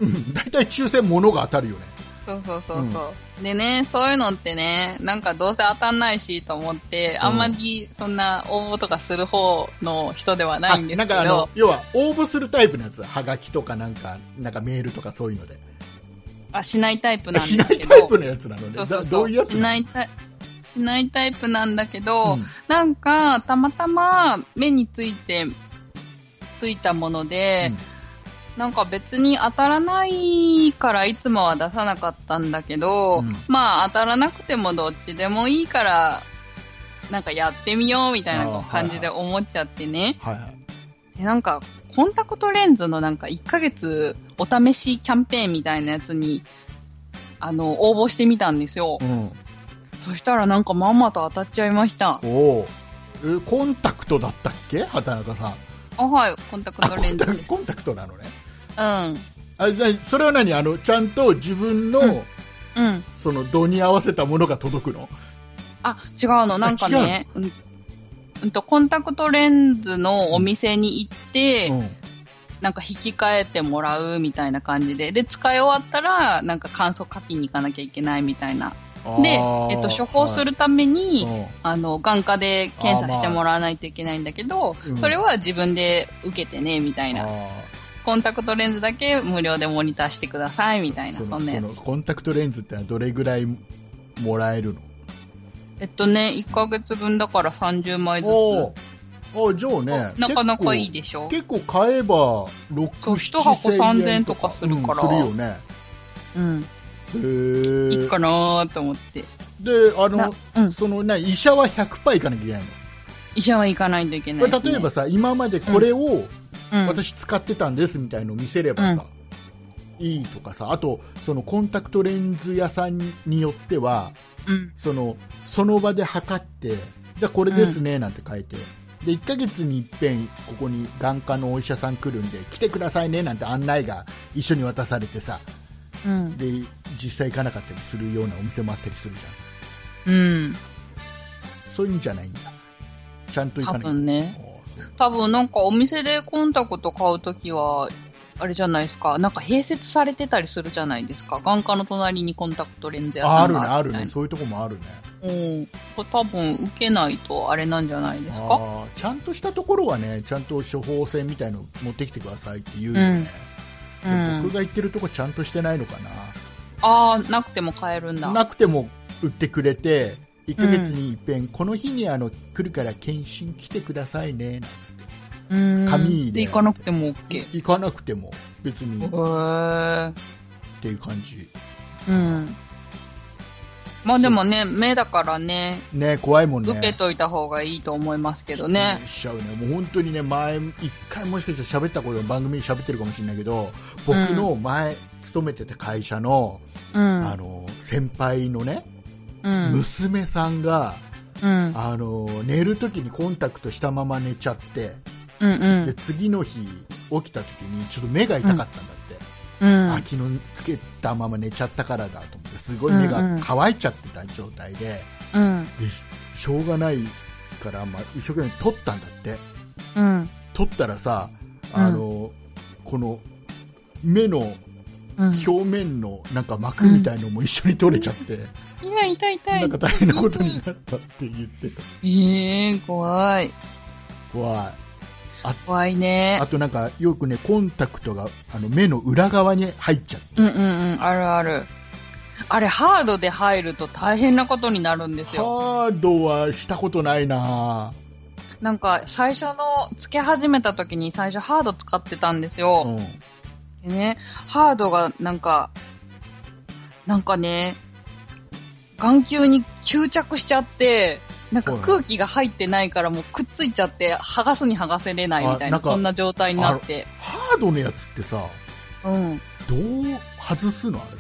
Speaker 2: うん大体抽選物が当たるよね
Speaker 1: そうそうそうそう。でね、そういうのってね、なんかどうせ当たんないしと思って、
Speaker 2: うん
Speaker 1: あんまりそんな応募とかする方の人ではないんですけ
Speaker 2: あなんかあの
Speaker 1: ど、
Speaker 2: 要は応募するタイプのやつはがきとかなんかなんかメールとかそういうので
Speaker 1: あしないタイプなんです
Speaker 2: し
Speaker 1: け
Speaker 2: な
Speaker 1: ど。
Speaker 2: いタイプのやつなのね
Speaker 1: そう
Speaker 2: だ
Speaker 1: そう
Speaker 2: ど
Speaker 1: そうう。
Speaker 2: いうやつ
Speaker 1: し
Speaker 2: な
Speaker 1: な
Speaker 2: の
Speaker 1: いタイしないタイプなんだけど、
Speaker 2: うん
Speaker 1: なんか、たまたま目について、ついたもので、なんか別に当たらないからいつもは出さなかったんだけど、
Speaker 2: うん
Speaker 1: まあ当たらなくてもどっちでもいいから、なんかやってみようみたい
Speaker 2: あ
Speaker 1: な
Speaker 2: ー
Speaker 1: 感じで思っちゃってね。
Speaker 2: はいはい
Speaker 1: でなんか、コンタクトレンズのなんか1ヶ月お試しキャンペーンみたいなやつに、あの、応募してみたんですよ。
Speaker 2: うん
Speaker 1: そしたらなんかまんまと当たっちゃいました。
Speaker 2: おーえーコンタクトだったっけ畑中さん
Speaker 1: あ、はい、コンタク
Speaker 2: あ
Speaker 1: ト
Speaker 2: コ
Speaker 1: レ
Speaker 2: ン
Speaker 1: ン
Speaker 2: タ
Speaker 1: ズ
Speaker 2: ク
Speaker 1: で
Speaker 2: ト
Speaker 1: す。
Speaker 2: コンタクトなのね
Speaker 1: うん。
Speaker 2: あじゃあそれは何あのちゃんと自分の、
Speaker 1: うんうん。
Speaker 2: その度に合わせたものが届くの
Speaker 1: あ、違うの、なんかね、うん、うんと、コンタクトレンズのお店に行って、
Speaker 2: うん
Speaker 1: なんか引き換えてもらうみたいな感じで、で、使い終わったら、なんか感想書きに行かなきゃいけないみたいな。で、
Speaker 2: あー
Speaker 1: えっと、処方するために、
Speaker 2: はい
Speaker 1: あの、眼科で検査してもらわないといけないんだけど、
Speaker 2: うん
Speaker 1: それは自分で受けてね、みたい
Speaker 2: うん
Speaker 1: な。
Speaker 2: あ
Speaker 1: コンタクトレンズだけ無料でモニターしてください、みたい
Speaker 2: ー
Speaker 1: な。
Speaker 2: そ
Speaker 1: そ
Speaker 2: の
Speaker 1: んなや
Speaker 2: そ
Speaker 1: つ
Speaker 2: のコンタクトレンズってのはどれぐらいもらえるの
Speaker 1: えっとね、1ヶ月分だから30枚ずつ。
Speaker 2: おーあーじゃあね
Speaker 1: なかなかいいでしょ
Speaker 2: 結構結構買えば
Speaker 1: そう
Speaker 2: 6
Speaker 1: 一箱
Speaker 2: 7000
Speaker 1: 3000とかするから
Speaker 2: うんするよね
Speaker 1: うん。
Speaker 2: へ
Speaker 1: いいか
Speaker 2: ー
Speaker 1: なーと思って。
Speaker 2: であ
Speaker 1: な
Speaker 2: の
Speaker 1: うん。
Speaker 2: そのね医者は100%行かなきゃいけないの
Speaker 1: 医者は行かないといけない、
Speaker 2: これ例えば、さ今までこれを、
Speaker 1: うん、
Speaker 2: 私使ってたんですみたいのを見せればさ、いいとかさあとそのコンタクトレンズ屋さんによっては
Speaker 1: うん。
Speaker 2: そのその場で測ってじゃあこれですねなんて書いて、で1ヶ月に一遍ここに眼科のお医者さん来るんで来てくださいねなんて案内が一緒に渡されてさ
Speaker 1: うん。
Speaker 2: で実際行かなかったりするようなお店もあったりするじゃ
Speaker 1: うん。
Speaker 2: んそういうんじゃないんだちゃんと行
Speaker 1: 多
Speaker 2: かない
Speaker 1: 分ね。
Speaker 2: あー
Speaker 1: 多分なんかお店でコンタクト買うときは、あれじゃないですか。なんか併設されてたりするじゃないですか。眼科の隣にコンタクトレンズ屋
Speaker 2: あ
Speaker 1: さ
Speaker 2: あ
Speaker 1: ん
Speaker 2: るね
Speaker 1: が
Speaker 2: あ
Speaker 1: る
Speaker 2: る
Speaker 1: みたい
Speaker 2: ね
Speaker 1: な。
Speaker 2: そういうとこもあるね
Speaker 1: うん。これ多分受けないとあれなんじゃないですか。
Speaker 2: あーちゃんとしたところはねちゃんと処方箋みたいの持ってきてくださいって言うよね、
Speaker 1: う
Speaker 2: で
Speaker 1: ん
Speaker 2: 僕。が言ってるとこちゃんとしてないのか
Speaker 1: ああ、なくても買えるん
Speaker 2: な、
Speaker 1: だ。
Speaker 2: なくても売ってくれて1ヶ月に一遍、この日にあの来るから検診来てくださいねなんつって
Speaker 1: ううん
Speaker 2: 紙で
Speaker 1: で行かなくても OK。
Speaker 2: 行かなくても別にっ
Speaker 1: へえ。
Speaker 2: ていう感じ
Speaker 1: うん。まあでもね、目だからね、
Speaker 2: ね怖いもんね
Speaker 1: 受けといた方がいいと思いますけどね。
Speaker 2: しちゃうねもう本当にね前一回もしかしたら喋った頃番組で喋ってるかもしれないけど僕の前勤めてた会社の、
Speaker 1: うん。
Speaker 2: あの先輩のね、
Speaker 1: うん。
Speaker 2: 娘さんが
Speaker 1: うん。
Speaker 2: あの寝る時にコンタクトしたまま寝ちゃって
Speaker 1: うん。
Speaker 2: で次の日起きた時にちょっと目が痛かったんだっ
Speaker 1: うん。
Speaker 2: て、
Speaker 1: うん
Speaker 2: あ昨日つけたまま寝ちゃったからだと思ってすごい目
Speaker 1: うんう
Speaker 2: が
Speaker 1: ん
Speaker 2: 乾いちゃってた状態で,、
Speaker 1: うん。
Speaker 2: でししょうがないから、まあ、一生懸命取ったんだって
Speaker 1: うん。
Speaker 2: 取ったらさあの、この目の
Speaker 1: うん。
Speaker 2: 表面のなんか膜みたいのも一緒に取れちゃって、
Speaker 1: 痛い痛い痛
Speaker 2: ないんか。大変な ことになったって言ってた
Speaker 1: ええ、怖い。
Speaker 2: 怖い
Speaker 1: 怖いね
Speaker 2: あ。となんかよくねコンタクトがあの目の裏側に入っちゃって
Speaker 1: うんうんうん。あるある。あれ、ハードで入ると大変なことになるんですよ。
Speaker 2: ハードはしたことないな
Speaker 1: なんか、最初の、つけ始めた時に最初ハード使ってたんですよ。
Speaker 2: うん
Speaker 1: でね、ハードがなんか、なんかね、眼球に吸着しちゃって、なんか
Speaker 2: そうなの
Speaker 1: 空気が入ってないからもうくっついちゃって、剥がすに剥がせれないみた
Speaker 2: あ
Speaker 1: いな、
Speaker 2: なんか
Speaker 1: そんな状態になって。
Speaker 2: ハードのやつってさ
Speaker 1: うん。
Speaker 2: どう外すのあれって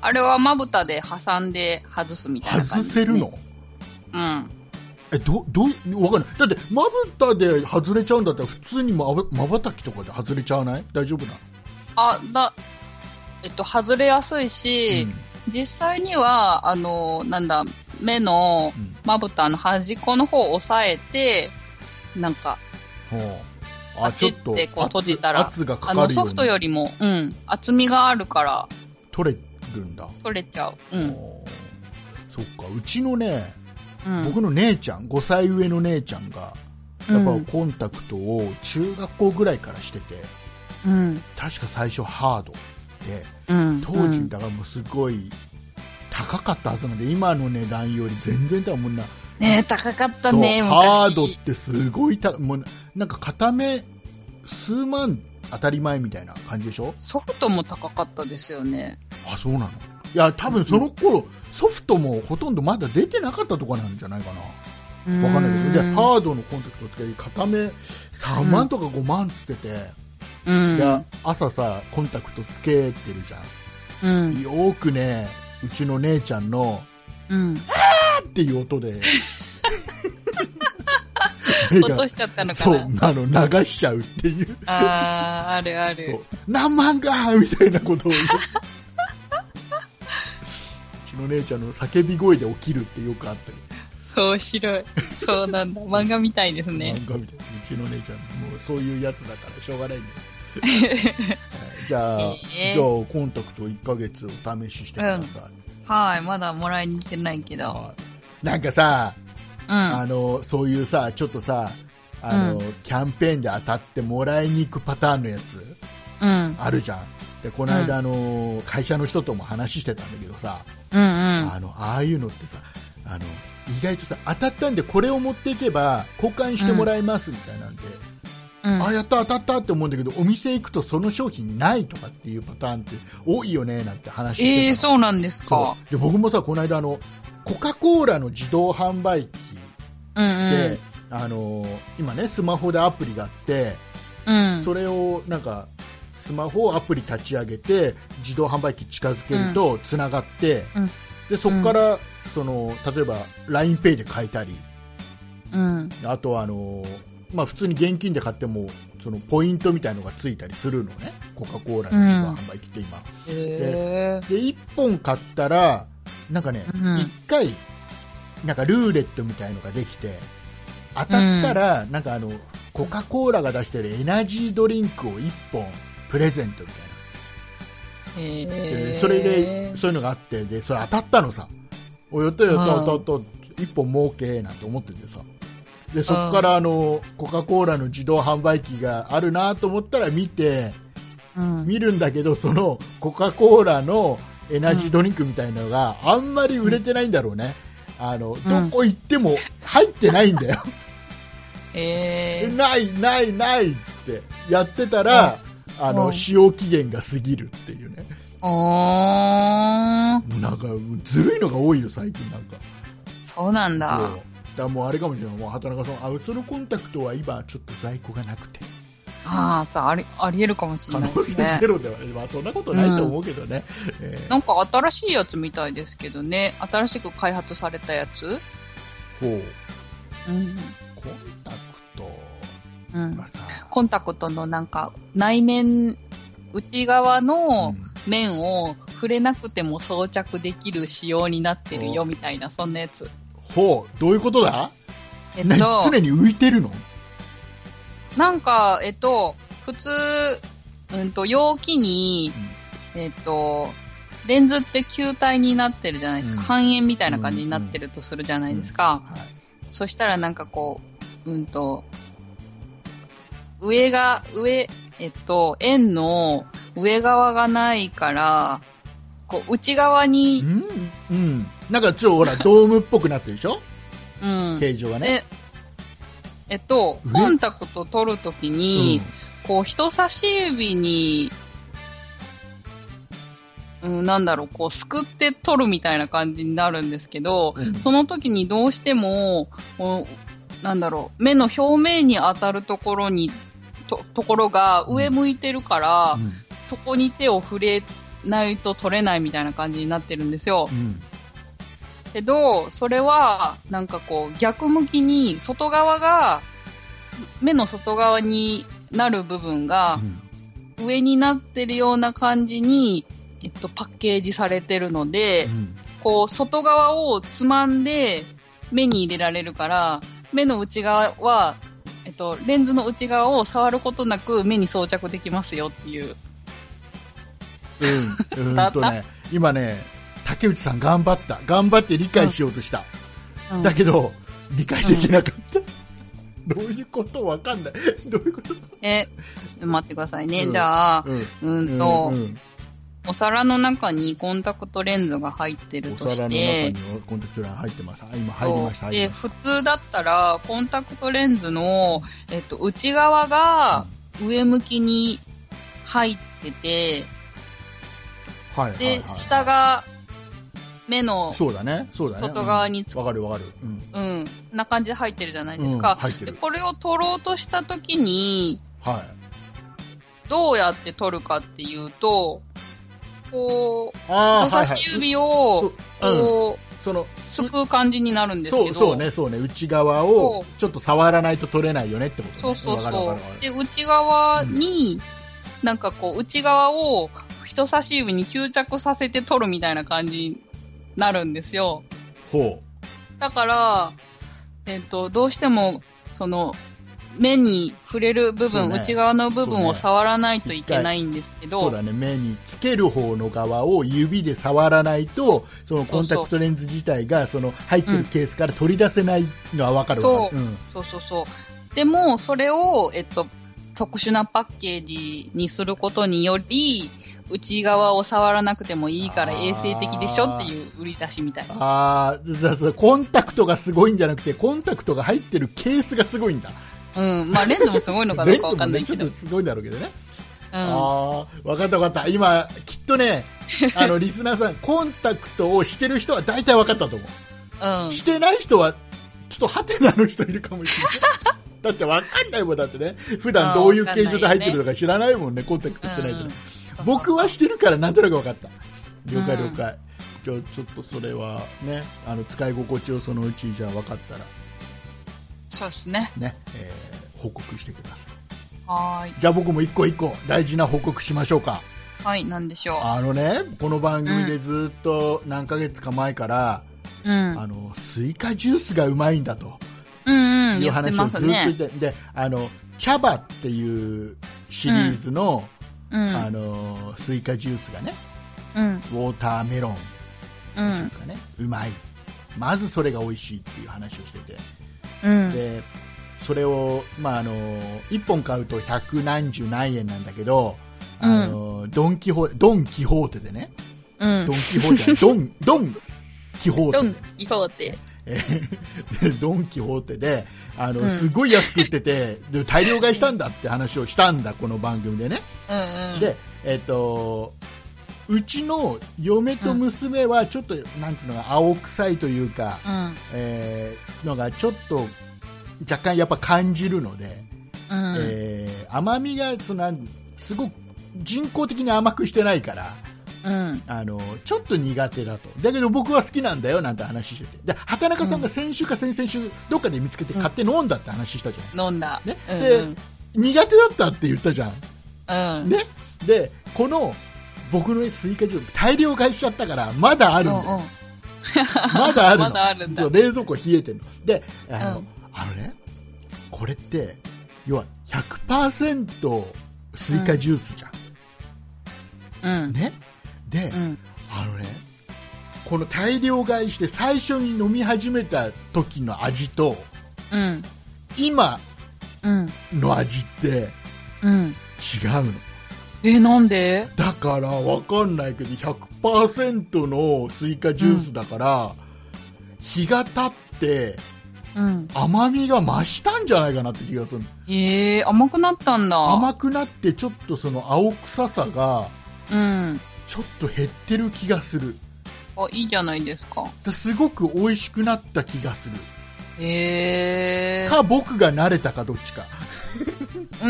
Speaker 1: あれはまぶたで挟んで外すみたいな
Speaker 2: 外
Speaker 1: 感じで
Speaker 2: せ
Speaker 1: すね、
Speaker 2: るの
Speaker 1: うん。
Speaker 2: えどどうわかんないだってまぶたで外れちゃうんだったら普通にまぶまばたきとかで外れちゃわない大丈夫なの、
Speaker 1: あ、だ、えっと、外れやすいし、
Speaker 2: う
Speaker 1: 実際には、あの、なんだ、目の
Speaker 2: ん
Speaker 1: まぶたの端っこの方を押さえて、なんか、
Speaker 2: うんはあ、あ
Speaker 1: パチッてこう閉じたら
Speaker 2: 圧圧がか
Speaker 1: あ
Speaker 2: か
Speaker 1: の
Speaker 2: るよ
Speaker 1: ソ
Speaker 2: う
Speaker 1: フトよ
Speaker 2: に
Speaker 1: りも、うん、厚みがあるから
Speaker 2: 取れるんだ、
Speaker 1: 取れちゃう。う。
Speaker 2: うんそっかうちのね、
Speaker 1: うん、
Speaker 2: 僕の姉ちゃん5歳上の姉ちゃんがやっ
Speaker 1: う
Speaker 2: ぱ
Speaker 1: ん
Speaker 2: コンタクトを中学校ぐらいからしてて
Speaker 1: うん、
Speaker 2: 確か最初ハードで
Speaker 1: うん、
Speaker 2: 当
Speaker 1: う
Speaker 2: 時
Speaker 1: ん
Speaker 2: だからもうすごい高かったはずなんで今の値段より全然だもんな
Speaker 1: ねえ高かった
Speaker 2: そう
Speaker 1: ね、昔
Speaker 2: ハードってすごいたもうなんか片目数万当たり前みたいな感じでしょ
Speaker 1: ソフトも高かったですよね。
Speaker 2: あそうなのいや多分その頃、ソフトもほとんどまだ出てなかったとかなんじゃないかなわかんないけどでハードのコンタクトを使い片目3万とか5万つってて、
Speaker 1: うん、
Speaker 2: いや朝さコンタクトつけてるじゃん
Speaker 1: うん、
Speaker 2: よーくねうちの姉ちゃんの
Speaker 1: うん。
Speaker 2: っていう 音で目
Speaker 1: 落と
Speaker 2: が
Speaker 1: しちゃったのか
Speaker 2: そう
Speaker 1: な。
Speaker 2: あの流しちゃうっていう
Speaker 1: あー、あるある。
Speaker 2: 何万かみたいなこと を言ううちの姉ちゃんの叫び声で起きるってよくあったり、
Speaker 1: 面白い。そうなんだ。 漫画みたいですね。
Speaker 2: 漫画みたいなうちの姉ちゃんもうそういうやつだからしょうがないんだ よはいじゃあ、
Speaker 1: ええ
Speaker 2: じゃあコンタクト1ヶ月お試ししてください、
Speaker 1: はい、まだもらいに行ってないけど。
Speaker 2: はいなんかさ、
Speaker 1: う
Speaker 2: あ
Speaker 1: ん。
Speaker 2: のそういうさちょっとさあの、
Speaker 1: う
Speaker 2: キャンペーンで当たってもらいに行くパターンのやつ
Speaker 1: うん。
Speaker 2: あるじゃんでこの間、あの会社の人とも話してたんだけどさ、
Speaker 1: うん
Speaker 2: あのああいうのってさあの意外とさ当たったんでこれを持っていけば交換してもらえますみたいなんで、
Speaker 1: うん。
Speaker 2: ああやった当たったって思うんだけどお店行くとその商品ないとかっていうパターンって多いよねなんて話してたの
Speaker 1: えー、そうなんですか
Speaker 2: そ。うで僕もさこの間あのコカ・コーラの自動販売機
Speaker 1: うん
Speaker 2: で、あの今ねスマホでアプリがあって、
Speaker 1: うん。うん。
Speaker 2: それをなんかスマホアプリ立ち上げて自動販売機近づけるとつながって、
Speaker 1: うん
Speaker 2: でそこからその例えば l i n e イで買えたり
Speaker 1: うん。
Speaker 2: あとはあの、まあ、普通に現金で買ってもそのポイントみたいのがついたりするのねコカ・コーラの自動販売機って今、
Speaker 1: へー
Speaker 2: で1本買ったらなんかね、
Speaker 1: うん
Speaker 2: 1回なんかルーレットみたいのができて当たったら、なんかあのコカ・コーラが出してるエナジードリンクを1本プレゼントみたいな
Speaker 1: へ
Speaker 2: で
Speaker 1: ー
Speaker 2: それでそういうのがあってでそれ当たったのさおやったやった
Speaker 1: うん
Speaker 2: 当たった1本儲けなんて思っててさでそこからあのコカ・コーラの自動販売機があるなと思ったら見て
Speaker 1: うん
Speaker 2: 見るんだけどそのコカ・コーラのエナジードリンクみたいなのがあんまり 売れてないんだろうね、あのどこ行っても入ってないんだよ、
Speaker 1: えー、
Speaker 2: ないないないっつってやってたら、あ
Speaker 1: う
Speaker 2: の
Speaker 1: ん
Speaker 2: 使用期限が過ぎるっていうね
Speaker 1: おー、
Speaker 2: なんかずるいのが多いよ最近なんか
Speaker 1: そうなんだ。
Speaker 2: そうだからもうあれかもしれないもう畑中さんあそのコンタクトは今ちょっと在庫がなくて
Speaker 1: ああ、そう、あり、あり得るかもしれ
Speaker 2: 可
Speaker 1: な
Speaker 2: 能
Speaker 1: いです
Speaker 2: 性
Speaker 1: ね
Speaker 2: ゼ。ロでは、まあ、そんなことないと思うけどね、えー
Speaker 1: なんか新しいやつみたいですけどね。新しく開発されたやつ
Speaker 2: こう
Speaker 1: うん。
Speaker 2: コンタク
Speaker 1: う
Speaker 2: ト
Speaker 1: ん
Speaker 2: が。さ、
Speaker 1: コンタクトのなんか内面、内側の
Speaker 2: うん
Speaker 1: 面を触れなくても装着できる仕様になってるよみたいな、そんなやつ。
Speaker 2: ほうどういうことだ、
Speaker 1: えっ
Speaker 2: ね
Speaker 1: と、
Speaker 2: 常に浮いてるの
Speaker 1: なんか、えっと、普通、うんと、容器に、えっと、レンズって球体になってるじゃないですか。
Speaker 2: うん
Speaker 1: 半円みたいな感じになってるとするじゃないですか。
Speaker 2: はい
Speaker 1: そしたらなんかこう、うんと、上が、上、えっと、円の上側がないから、こう、内側に、
Speaker 2: うん、うん、なんかちょっとほらドームっぽくなってるでしょ
Speaker 1: うん。
Speaker 2: 形状がね、
Speaker 1: でえっと、
Speaker 2: 上
Speaker 1: コンタクト取るとき
Speaker 2: う
Speaker 1: に、こう、人差し指に、うん、なんだろう、こう、すくって取るみたいな感じになるんですけど、
Speaker 2: うん
Speaker 1: その時にどうしても、こうなんだろう、目の表面に当たるところに、と、ところが上向いてるから、
Speaker 2: うん
Speaker 1: そこに手を触れないと取れないみたいな感じになってるんですよ
Speaker 2: う。ん
Speaker 1: けど、それは、なんかこう、逆向きに、外側が、目の外側になる部分が、上になってるような感じに、えっと、パッケージされてるので、
Speaker 2: うん
Speaker 1: こう、外側をつまんで、目に入れられるから、目の内側は、えっと、レンズの内側を触ることなく目に装着できますよっていう。
Speaker 2: うん、う
Speaker 1: 伝わ
Speaker 2: ん
Speaker 1: っ
Speaker 2: と
Speaker 1: た
Speaker 2: ね、今ね、竹内さん頑張った。頑張って理解しようとした。だけど、理解できなかった。どういうことわかんない。どういうこと
Speaker 1: え、待ってくださいね。
Speaker 2: うん
Speaker 1: じゃあ、
Speaker 2: うん。
Speaker 1: うん
Speaker 2: うん
Speaker 1: と、
Speaker 2: うん
Speaker 1: お皿の中にコンタクトレンズが入ってる
Speaker 2: お
Speaker 1: と
Speaker 2: 皿
Speaker 1: し
Speaker 2: の中に
Speaker 1: て、
Speaker 2: コンタクト欄入ってます。あ今入りました。
Speaker 1: そう
Speaker 2: 入り
Speaker 1: で、
Speaker 2: まし
Speaker 1: 普通だったら、コンタクトレンズの、えっと、内側が上向きに入ってて、
Speaker 2: たはいはい
Speaker 1: で、
Speaker 2: はい
Speaker 1: 下が目の、
Speaker 2: そうだね。そうだね。
Speaker 1: 外側につ
Speaker 2: うんわかるわかる。うん。
Speaker 1: うん、こんな感じで入ってるじゃないです
Speaker 2: うん
Speaker 1: か。
Speaker 2: 入って
Speaker 1: で、
Speaker 2: る。
Speaker 1: これを取ろうとした時に、
Speaker 2: は
Speaker 1: どうやって取るかっていうと、こう、
Speaker 2: い。あ
Speaker 1: 人
Speaker 2: あ、は
Speaker 1: 差
Speaker 2: いはい
Speaker 1: し。指を、
Speaker 2: うん。
Speaker 1: こ
Speaker 2: その、
Speaker 1: う、すくう感じになるんです
Speaker 2: そ
Speaker 1: け
Speaker 2: う、
Speaker 1: ど、
Speaker 2: そうね、そうね。内側を
Speaker 1: そ、
Speaker 2: ちょっと触らないと取れないよねってことね。
Speaker 1: そうそう
Speaker 2: わかるわ
Speaker 1: そ
Speaker 2: かるわか
Speaker 1: う。
Speaker 2: る
Speaker 1: で、内側に、なんかこう、内側を人差し指に吸着させて取るみたいな感じになるんですよ。
Speaker 2: ほ
Speaker 1: だから、えっ、と、どうしても、その、目に触れる部
Speaker 2: そう
Speaker 1: 分、
Speaker 2: ね
Speaker 1: 内側の部分
Speaker 2: そう
Speaker 1: を
Speaker 2: ね
Speaker 1: 触らないといけないんですけ
Speaker 2: う。そ
Speaker 1: ど、
Speaker 2: うだね。目につける方の側を指で触らないと、そのコンタクトレンズ自体が、その入ってるケースから取り出せないのはわかるわかる。うん。
Speaker 1: そうそうそう。でも、それを、えっと、特殊なパッケージにすることにより、内側を触らなくてもいいから
Speaker 2: あー
Speaker 1: 衛生的でしょっていう売り出しみたいな。
Speaker 2: ああ、じゃあそれコンタクトがすごいんじゃなくて、コンタクトが入ってるケースがすごいんだ。
Speaker 1: うん。まあ、レンズもすごいのかど
Speaker 2: レ
Speaker 1: う
Speaker 2: ン
Speaker 1: か
Speaker 2: ズ
Speaker 1: わか
Speaker 2: も
Speaker 1: んな
Speaker 2: ね、
Speaker 1: い
Speaker 2: ちょ
Speaker 1: け
Speaker 2: っ
Speaker 1: ど。
Speaker 2: とすごいんだろうけどね。
Speaker 1: うん。
Speaker 2: ああ、わかったわかった。今、きっと ね、あの、リスナーさん、コンタクトをしてる人は大体わかったと思
Speaker 1: うん
Speaker 2: う。。してない人は、ちょっとハテナの人いるかもしれない。だってわかんないもんだってね。普段どういう形状で入ってるのか知らないもんね、コンタクトしてないとね。
Speaker 1: うん
Speaker 2: 僕はしてるからなんとなく分かった了解
Speaker 1: うん
Speaker 2: 了解、じゃあちょっとそれはねあの使い心地をそのうちじゃあ分かったら
Speaker 1: そうですね。
Speaker 2: ね、えー報告してください
Speaker 1: はーい。
Speaker 2: じゃあ僕も一個一個大事な報告しましょうか
Speaker 1: はい、なんでしょ
Speaker 2: あのねこの番組でずっと何ヶ月か前から、
Speaker 1: う。うん。
Speaker 2: あのスイカジュースがうまいんだと
Speaker 1: うんうん。
Speaker 2: いう
Speaker 1: 言って
Speaker 2: 話を
Speaker 1: ます
Speaker 2: ずっと言っ
Speaker 1: ね。
Speaker 2: て、であの茶葉っていうシリーズの,、
Speaker 1: う
Speaker 2: あ
Speaker 1: ん。
Speaker 2: のスイカジュースがね
Speaker 1: うん。
Speaker 2: ウォーターメロン
Speaker 1: う
Speaker 2: なん
Speaker 1: ん。
Speaker 2: ですかね、うまいまずそれが美味しいっていう話をしてて
Speaker 1: うん。
Speaker 2: でそれを、まあ、あの1本買うと百何十何円なんだけどあの、ドン・キホドン・キホーテでね
Speaker 1: うん
Speaker 2: ドン・キホーテはドンドン・キホ
Speaker 1: ド
Speaker 2: ー
Speaker 1: ン
Speaker 2: テ、
Speaker 1: 行こうって。
Speaker 2: えーでドン・キホーテであ
Speaker 1: う
Speaker 2: の
Speaker 1: ん
Speaker 2: すごい安く売ってて、で大量買いしたんだって話をしたんだ、この番組でね。
Speaker 1: うんうん。
Speaker 2: で、えっとうちの嫁と娘はちょっと、なんていうのか青臭いというか、
Speaker 1: うん。
Speaker 2: えーのがちょっと若干やっぱ感じるので、
Speaker 1: うん。
Speaker 2: えー甘みがそのなんすごく人工的に甘くしてないから
Speaker 1: うん。
Speaker 2: あのちょっと苦手だとだけど僕は好きなんだよなんて話しててで畑中さんが先週か先々週どっかで見つけて買って飲んだって話したじゃん、
Speaker 1: 飲んだ。
Speaker 2: ね
Speaker 1: うん
Speaker 2: で苦手だったって言ったじゃん
Speaker 1: うん。うん。
Speaker 2: ね、でこの僕のスイカジュース大量買いしちゃったからまだあるんだよ、 まだあるの
Speaker 1: まだあるんだ
Speaker 2: そう冷蔵庫冷えてるのであの,、
Speaker 1: うん
Speaker 2: あのねこれって要は100%スイカジュースじゃん、
Speaker 1: うん。
Speaker 2: ねで、
Speaker 1: うん。
Speaker 2: あのねこの大量買いして最初に飲み始めた時の味と
Speaker 1: うん。
Speaker 2: 今
Speaker 1: うん。
Speaker 2: の味って違う
Speaker 1: うん。
Speaker 2: の
Speaker 1: え、なんで
Speaker 2: だからわかんないけど100%のスイカジュースだから、日が経って
Speaker 1: うん。
Speaker 2: 甘みが増したんじゃないかなって気がする
Speaker 1: ええ甘くなったんだ。
Speaker 2: 甘くなってちょっとその青臭さが
Speaker 1: うん。
Speaker 2: ちょっと減ってる気がする
Speaker 1: あ、いいじゃないですか。
Speaker 2: だすごく美味しくなった気がする
Speaker 1: ええ
Speaker 2: か僕が慣れたかどっちか
Speaker 1: うー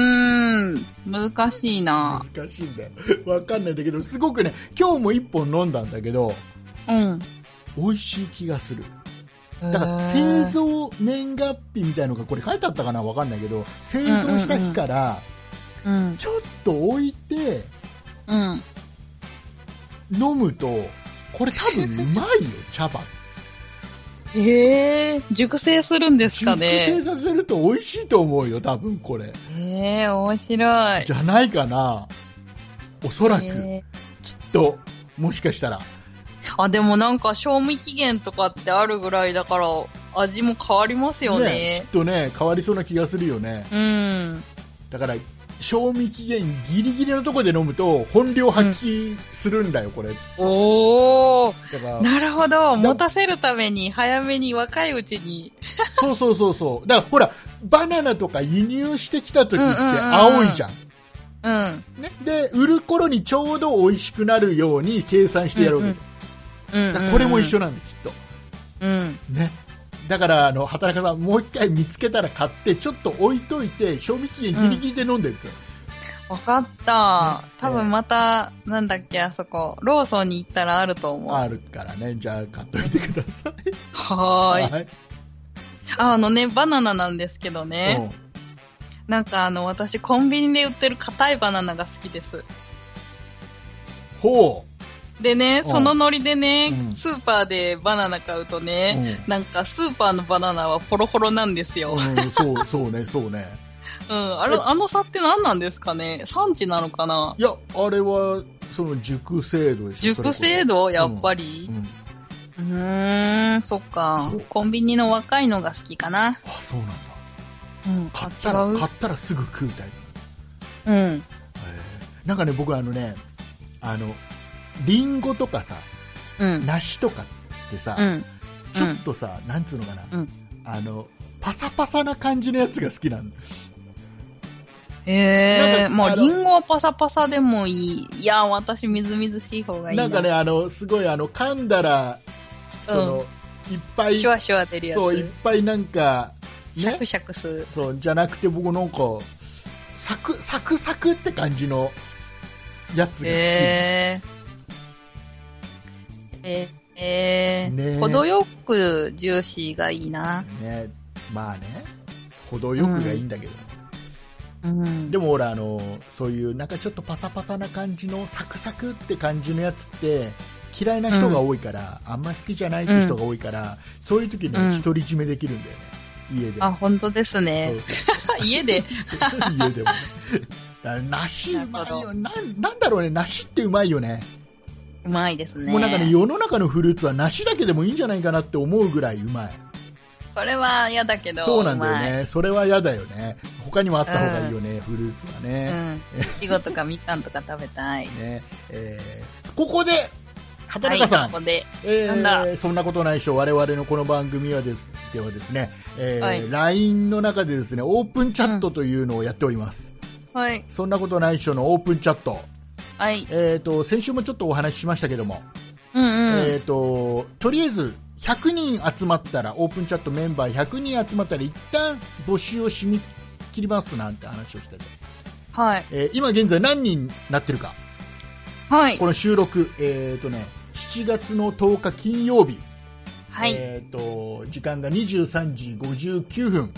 Speaker 1: ん。難しいな。
Speaker 2: 難しいんだよわかんないんだけどすごくね今日も1本飲んだんだけど
Speaker 1: うん。
Speaker 2: 美味しい気がする
Speaker 1: だ
Speaker 2: だから製造年月日みたいのがこれ書いてあったかなわかんないけど製造した日から
Speaker 1: うん。
Speaker 2: ちょっと置いて
Speaker 1: うん。
Speaker 2: 飲むとこれ多分うまいよ茶葉
Speaker 1: ええ熟成するんですか
Speaker 2: 熟成
Speaker 1: ね。
Speaker 2: させると美味しいと思うよ多分これ
Speaker 1: ええ面白い。
Speaker 2: じゃないかなおそらく
Speaker 1: え
Speaker 2: きっともしかしたら
Speaker 1: ーあ、でもなんか賞味期限とかってあるぐらいだから、味も変わりますよ
Speaker 2: ね
Speaker 1: ね
Speaker 2: きっ。とね変わりそうな気がするよね
Speaker 1: うん。
Speaker 2: だから賞味期限ギリギリのところで飲むと本領発揮するんだよこれ
Speaker 1: おー。
Speaker 2: だから
Speaker 1: なるほど。持たせるために、早めに、若いうちに。
Speaker 2: そうそうそうそう。だからほら、バナナとか輸入してきた時って
Speaker 1: うんうんうんうん
Speaker 2: 青いじゃん。
Speaker 1: うん。
Speaker 2: ね、で、売る頃にちょうど美味しくなるように計算してやろうけ
Speaker 1: うんう
Speaker 2: ど、
Speaker 1: んうん
Speaker 2: だからこれも一緒なんで、きっ
Speaker 1: うん。
Speaker 2: と。ね。だから、あの、働かさん、もう一回見つけたら買って、ちょっと置いといて、賞味期限ギリギリで飲んでるって。
Speaker 1: わかった
Speaker 2: ね。
Speaker 1: 多分また、なんだっけ、あそこ、ローソンに行ったらあると思う。
Speaker 2: あるからね。じゃあ、買っといてください。
Speaker 1: はーい。
Speaker 2: はい。
Speaker 1: あのね、バナナなんですけど
Speaker 2: う
Speaker 1: ね。
Speaker 2: ん
Speaker 1: なんかあの、私、コンビニで売ってる硬いバナナが好きです。
Speaker 2: ほ
Speaker 1: でね、
Speaker 2: うん
Speaker 1: そのノリでね、
Speaker 2: うん
Speaker 1: スーパーでバナナ買うと
Speaker 2: う。
Speaker 1: ね、
Speaker 2: うん
Speaker 1: なんかスーパーのバナナはポロポロなんですよ。
Speaker 2: うん、そう、そうね、そうね。
Speaker 1: うん。あれ、あの差って何なんですかね産地なのかない
Speaker 2: や、あれは、その熟成度でしょ
Speaker 1: 熟成
Speaker 2: 度
Speaker 1: 度やっぱり
Speaker 2: う。ん。
Speaker 1: うーん、そっか
Speaker 2: そう。
Speaker 1: コンビニの若いのが好きかな。
Speaker 2: あ、そうなんだ。
Speaker 1: うん。
Speaker 2: 買
Speaker 1: あ
Speaker 2: っ
Speaker 1: 違
Speaker 2: たら
Speaker 1: う
Speaker 2: 買ったらすぐ食うタイプ
Speaker 1: うん。
Speaker 2: なんかね僕あのねあのリンゴとかさ
Speaker 1: うん。
Speaker 2: 梨とかってさ、
Speaker 1: うん。
Speaker 2: ちょっとさ、なんつうのかな、
Speaker 1: うん
Speaker 2: あのパサパサな感じのやつが好きなんだ
Speaker 1: へ
Speaker 2: な
Speaker 1: え、
Speaker 2: んか
Speaker 1: まあ、
Speaker 2: あの
Speaker 1: リンゴはパサパサでもいい。いや、私、みずみずしい方がいいな。
Speaker 2: なんかねあのすごいあの噛んだらその、いっぱい
Speaker 1: シュワシュワ出るやつ。
Speaker 2: そういっぱいなんか
Speaker 1: シャ
Speaker 2: ね
Speaker 1: クシャクする。
Speaker 2: そうじゃなくて僕なんかサクサクサクって感じのやつが好き、
Speaker 1: へえ。えー、えー
Speaker 2: ねえ
Speaker 1: 程よくジューシーがいいな。
Speaker 2: ねまあね程よくがいいんだけど、
Speaker 1: うん。
Speaker 2: でもほらあのそういうなんかちょっとパサパサな感じのサクサクって感じのやつって嫌いな人が多いから、あんまり好きじゃないって人が多いから、そういう時に
Speaker 1: うん
Speaker 2: ね独り占めできるんだよね家で
Speaker 1: あ、本当です
Speaker 2: そ
Speaker 1: ね
Speaker 2: う。そ
Speaker 1: 家で。
Speaker 2: う家でもねだから梨うまいよなんなんだろうね梨ってうまいよね
Speaker 1: うまいですね。
Speaker 2: もうなんかね世の中のフルーツは梨だけでもいいんじゃないかなって思うぐらいうまい
Speaker 1: それは嫌だけど。
Speaker 2: そうなんだよねそれは嫌だよね他にもあった方がいいよね、フルーツは
Speaker 1: う
Speaker 2: ね、
Speaker 1: まい。うん。いちごとかみかんとか食べたい。
Speaker 2: ねえーここで畑中さん、
Speaker 1: はい、ここで。
Speaker 2: えー
Speaker 1: なんだ
Speaker 2: そんなことないでしょ、我々のこの番組はですではですね、えー
Speaker 1: はい
Speaker 2: LINE の中でですねオープンチャットというのをやっております、
Speaker 1: はい。
Speaker 2: そんなことないでしょのオープンチャット、
Speaker 1: はい。
Speaker 2: えー、と先週もちょっとお話ししましたけども、
Speaker 1: うんうん。
Speaker 2: えー、ととりあえず100人集まったらオープンチャットメンバー100人集まったら一旦募集を締め切りますなんて話をしてて、
Speaker 1: はい。
Speaker 2: えー今現在何人になってるか
Speaker 1: はい
Speaker 2: こ。の収録、えーとね、7月の10日金曜日
Speaker 1: はい。
Speaker 2: えー、と時間が23時59分、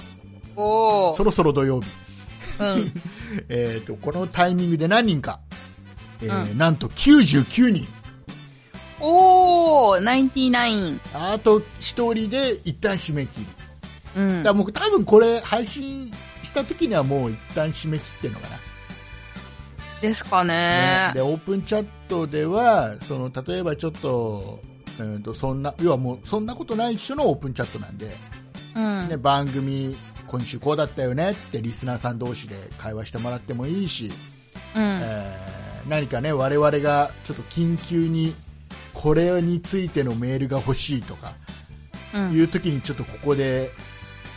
Speaker 1: おお
Speaker 2: そ。ろそろ土曜日、
Speaker 1: うん。
Speaker 2: えー、とこのタイミングで何人か、えーなんと99人、
Speaker 1: おお、ナインティナイン。
Speaker 2: あと1人で一旦締め切る、
Speaker 1: うん
Speaker 2: だから。もう多分これ、配信した時にはもう一旦締め切ってるのかな、
Speaker 1: ですか
Speaker 2: ね
Speaker 1: ね
Speaker 2: で。オープンチャットではその例えばちょっと,、えー、とそんな要はもうそんなことない人のオープンチャットなんで。
Speaker 1: うん
Speaker 2: ね、。番組今週こうだったよねってリスナーさん同士で会話してもらってもいいし、
Speaker 1: うん。
Speaker 2: えー何かね我々がちょっと緊急にこれについてのメールが欲しいとか
Speaker 1: う
Speaker 2: い
Speaker 1: ん。
Speaker 2: う時にちょっとここで、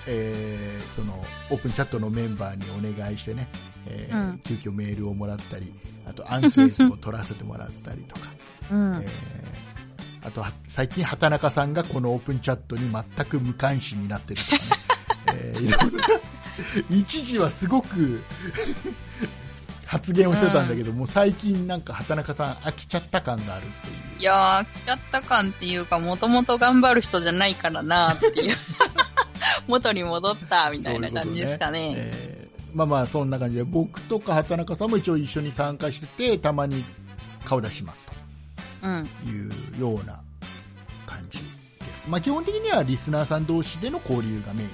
Speaker 2: えーそのオープンチャットのメンバーにお願いしてね、えー
Speaker 1: うん
Speaker 2: 急遽メールをもらったりあとアンケートを取らせてもらったりとか、
Speaker 1: うん
Speaker 2: え。ーあとは最近畑中さんがこのオープンチャットに全く無関心になってる とかね、えーいろんな一時はすごく 発言をしてたんだけど、もう最近なんか畑中さん飽きちゃった感があるっていう
Speaker 1: いやー、来ちゃった感っていうか、もともと頑張る人じゃないからなっていう。 元に戻ったみたいな
Speaker 2: そう
Speaker 1: 感じ
Speaker 2: うこと
Speaker 1: ですかね。
Speaker 2: えーまあまあそんな感じで僕とか畑中さんも一応一緒に参加しててたまに顔出します
Speaker 1: うん。
Speaker 2: というような感じです、まあ、基本的にはリスナーさん同士での交流がメイン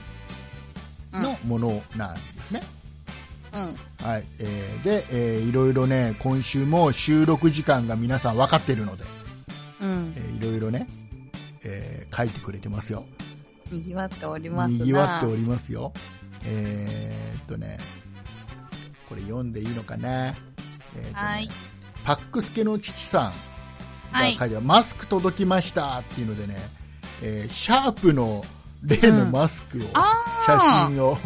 Speaker 1: うん
Speaker 2: のものなんですね。
Speaker 1: うん。
Speaker 2: はい、えーで、えーいろいろね、今週も収録時間が皆さん分かってるので、
Speaker 1: うん
Speaker 2: え。ーいろいろね、えー書いてくれてますよ。
Speaker 1: 賑わっておりますな。
Speaker 2: にぎわっておりますよ。えーっとね、これ読んでいいのかな。えーっとね
Speaker 1: はい
Speaker 2: パックスケの父さんが
Speaker 1: は
Speaker 2: 書い
Speaker 1: い
Speaker 2: てある、マスク届きましたっていうのでね、えーシャープの例のマスクを、
Speaker 1: あー
Speaker 2: 写真を、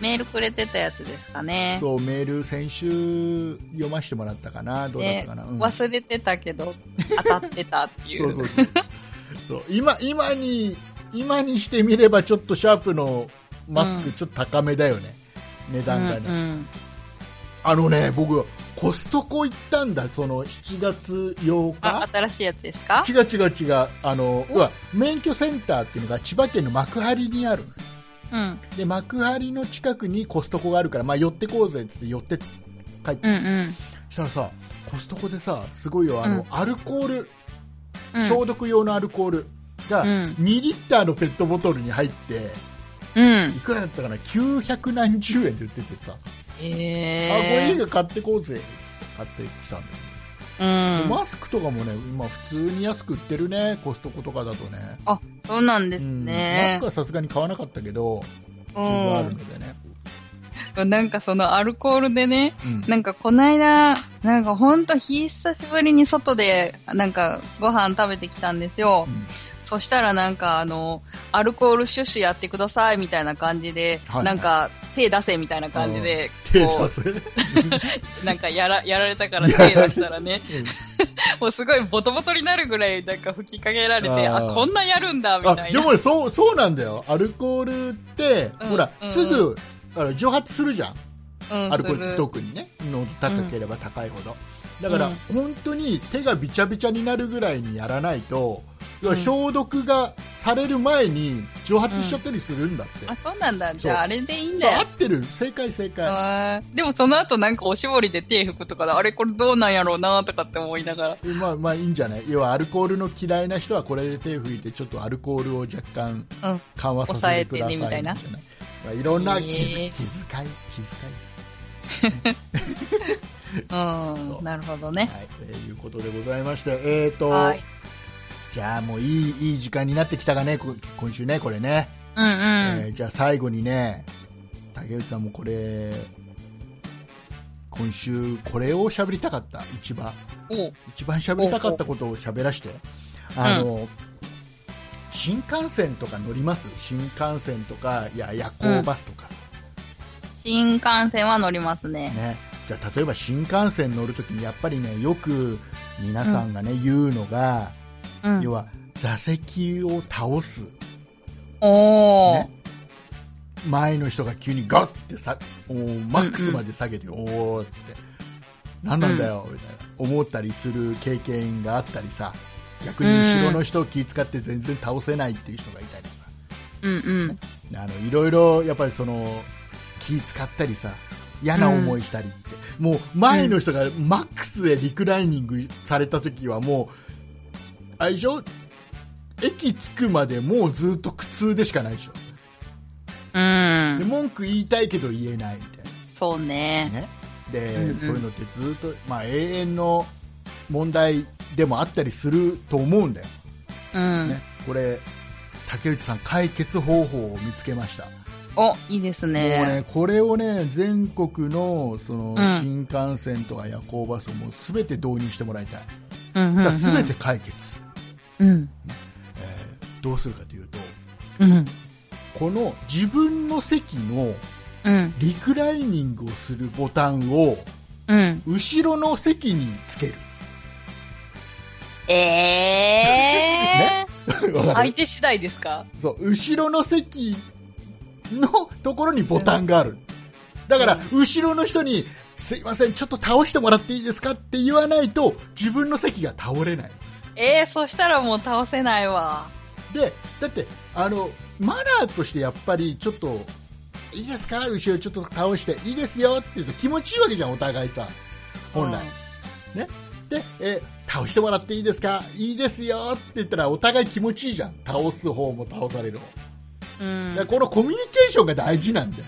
Speaker 1: メールくれてたやつですかね。
Speaker 2: そうメール先週読ませてもらったかなどうだったかな、うん
Speaker 1: 忘れてたけど、当たってたってい。
Speaker 2: そううそうそうそう今今に今にしてみればちょっとシャープのマスクちょっと高めだよね、値段がね、
Speaker 1: うんうん
Speaker 2: あのね僕コストコ行ったんだその7月8
Speaker 1: あ
Speaker 2: 日、
Speaker 1: 新しいやつですか
Speaker 2: 違う違う違うあの
Speaker 1: お
Speaker 2: 要は免許センターっていうのが千葉県の幕張にあるの
Speaker 1: うん。
Speaker 2: で幕張の近くにコストコがあるから、まあ、寄ってこうぜっつって寄って帰って
Speaker 1: うんうん。
Speaker 2: したらさコストコでさすごいよあの、
Speaker 1: うん
Speaker 2: アルコール
Speaker 1: うん
Speaker 2: 消毒用のアルコールが
Speaker 1: うん
Speaker 2: 2リッターのペットボトルに入って
Speaker 1: うん
Speaker 2: い。くらだったかな900何十円で売っててさ、あこれい
Speaker 1: え
Speaker 2: い
Speaker 1: ー。
Speaker 2: から買ってこうぜっつって買ってきたんだ
Speaker 1: う
Speaker 2: けど、
Speaker 1: ん。
Speaker 2: マスクとかもね今普通に安く売ってるねコストコとかだとね
Speaker 1: あ、そうなんです
Speaker 2: うんマス
Speaker 1: ね
Speaker 2: ク。はさすがに買わなかったけど
Speaker 1: う
Speaker 2: 自分ある
Speaker 1: ん
Speaker 2: のでね、
Speaker 1: なんかそのアルコールでね、
Speaker 2: うん
Speaker 1: なんかこないだ、なんかほんと久しぶりに外で、なんかご飯食べてきたんですよ。
Speaker 2: うん
Speaker 1: そしたらなんかあの、アルコールシュッシュやってくださいみたいな感じで、
Speaker 2: はい
Speaker 1: なんか手出せみたいな感じで、
Speaker 2: 手
Speaker 1: こ
Speaker 2: 出せ、
Speaker 1: う、なんかやら、やられた から手出したらね、
Speaker 2: うん
Speaker 1: もうすごいボトボトになるぐらいなんか吹きかけられて、
Speaker 2: あ
Speaker 1: あ
Speaker 2: ー
Speaker 1: こんなやるんだみ
Speaker 2: あ
Speaker 1: たい
Speaker 2: で
Speaker 1: な。
Speaker 2: もねそうそうなんだよアルコールって、
Speaker 1: うん
Speaker 2: ほら
Speaker 1: うん
Speaker 2: すぐあの蒸発するじゃん
Speaker 1: うん
Speaker 2: アルコ
Speaker 1: す
Speaker 2: ール
Speaker 1: る
Speaker 2: 特にね濃度高ければ高いほど、だから、
Speaker 1: うん
Speaker 2: 本当に手がびちゃびちゃになるぐらいにやらないと、要は
Speaker 1: うん
Speaker 2: 消毒がされる前に蒸発しちゃったりするんだって、
Speaker 1: あ、そうなんだ。じ
Speaker 2: そう
Speaker 1: ゃああれでいいん
Speaker 2: そう
Speaker 1: だよ
Speaker 2: 合っ。てる正解正解、
Speaker 1: あーでもその後なんかおしぼりで手拭くとかで、あれこれどうなんやろうなとかって思いながら。
Speaker 2: まあまあいいんじゃない要はアルコールの嫌いな人はこれで手拭いてちょっとアルコールを若干
Speaker 1: うん。
Speaker 2: 緩和させてくださ
Speaker 1: 抑え
Speaker 2: い
Speaker 1: てねみたいな
Speaker 2: じゃないまあ、いろんな気づ
Speaker 1: へえ
Speaker 2: 気遣い気遣いです
Speaker 1: うん。なるほどね。
Speaker 2: はい、えーいうことでございまして、えーと、
Speaker 1: はい。
Speaker 2: じゃあもういいいい時間になってきたがね、こ今週ね、これね、
Speaker 1: うんうん。
Speaker 2: えーじゃあ最後にね、竹内さんもこれ、こ今週これを喋りたかった一番
Speaker 1: おう
Speaker 2: 一番喋りたかったことを喋らしてあの、新幹線とか乗ります新幹線とかいや夜行バスとか、
Speaker 1: 新幹線は乗りますね。
Speaker 2: ねじゃあ例えば新幹線乗るときにやっぱりねよく皆さんがね、言うのが、
Speaker 1: うん
Speaker 2: 要。は座席を倒す、
Speaker 1: おー。
Speaker 2: ね、前の人が急にガッてさおーマックスまで下げて、おーって何なんだよみたいな思ったりする経験があったりさ逆に後ろの人を気遣って全然倒せないっていう人がいたりさ
Speaker 1: うんうん。
Speaker 2: あのいろいろやっぱりその気使ったりさ嫌な思いしたりって、もう前の人がマックスでリクライニングされた時はもうあれでしょ駅着くまでもうずっと苦痛でしかないでしょ、
Speaker 1: う
Speaker 2: で
Speaker 1: ん。
Speaker 2: 文句言いたいけど言えないみたい
Speaker 1: そうね。
Speaker 2: なねで、
Speaker 1: うんうん
Speaker 2: そういうのってずっと、まあ、永遠の問題でもあったりすると思うんだよ、
Speaker 1: うん。
Speaker 2: ねこれ竹内さん解決方法を見つけました
Speaker 1: お、いいです
Speaker 2: もう
Speaker 1: ね。
Speaker 2: ね、これをね、全国のその
Speaker 1: うん
Speaker 2: 新幹線とか夜行バスをもうすべて導入してもらいたい。
Speaker 1: うんうん、う
Speaker 2: だ
Speaker 1: ん。
Speaker 2: すべて解決、
Speaker 1: うん。
Speaker 2: えーどうするかというと、
Speaker 1: うん。
Speaker 2: この自分の席の
Speaker 1: うん。
Speaker 2: リクライニングをするボタンを
Speaker 1: うん。
Speaker 2: 後ろの席につける。
Speaker 1: ええー。
Speaker 2: わか
Speaker 1: 相
Speaker 2: る
Speaker 1: 手次第ですか
Speaker 2: そう、後ろの席のところにボタンがある。だから、後ろの人に、すいません、ちょっと倒してもらっていいですかって言わないと、自分の席が倒れない。
Speaker 1: ええー、そしたらもう倒せないわ。
Speaker 2: でだってあのマナーとしてやっぱりちょっといいですか後ろちょっと倒していいですよって言うと気持ちいいわけじゃんお互いさ本来、でえ倒してもらっていいですかいいですよって言ったらお互い気持ちいいじゃん倒す方も倒される方も
Speaker 1: うん。
Speaker 2: だからこのコミュニケーションが大事なんだよ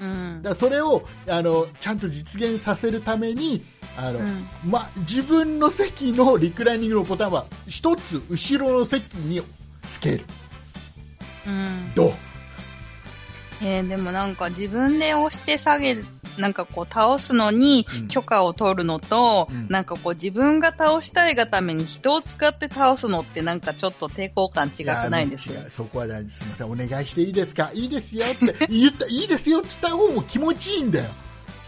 Speaker 1: うん
Speaker 2: だか。らそれをあのちゃんと実現させるためにあの、
Speaker 1: うん
Speaker 2: ま、自分の席のリクライニングのボタンは一つ後ろの席につける
Speaker 1: うん。
Speaker 2: どう
Speaker 1: えー、でもなんか自分で押して下げ、なんかこう倒すのに
Speaker 2: うん
Speaker 1: 許可を取るのと、
Speaker 2: うん
Speaker 1: なんかこう自分が倒したいがために人を使って倒すのってなんかちょっと抵抗感違くないです
Speaker 2: いやもう違うそこは大事すみませんお願いしていいですかいいですよって言ったいいですよって言った方も気持ちいいんだよ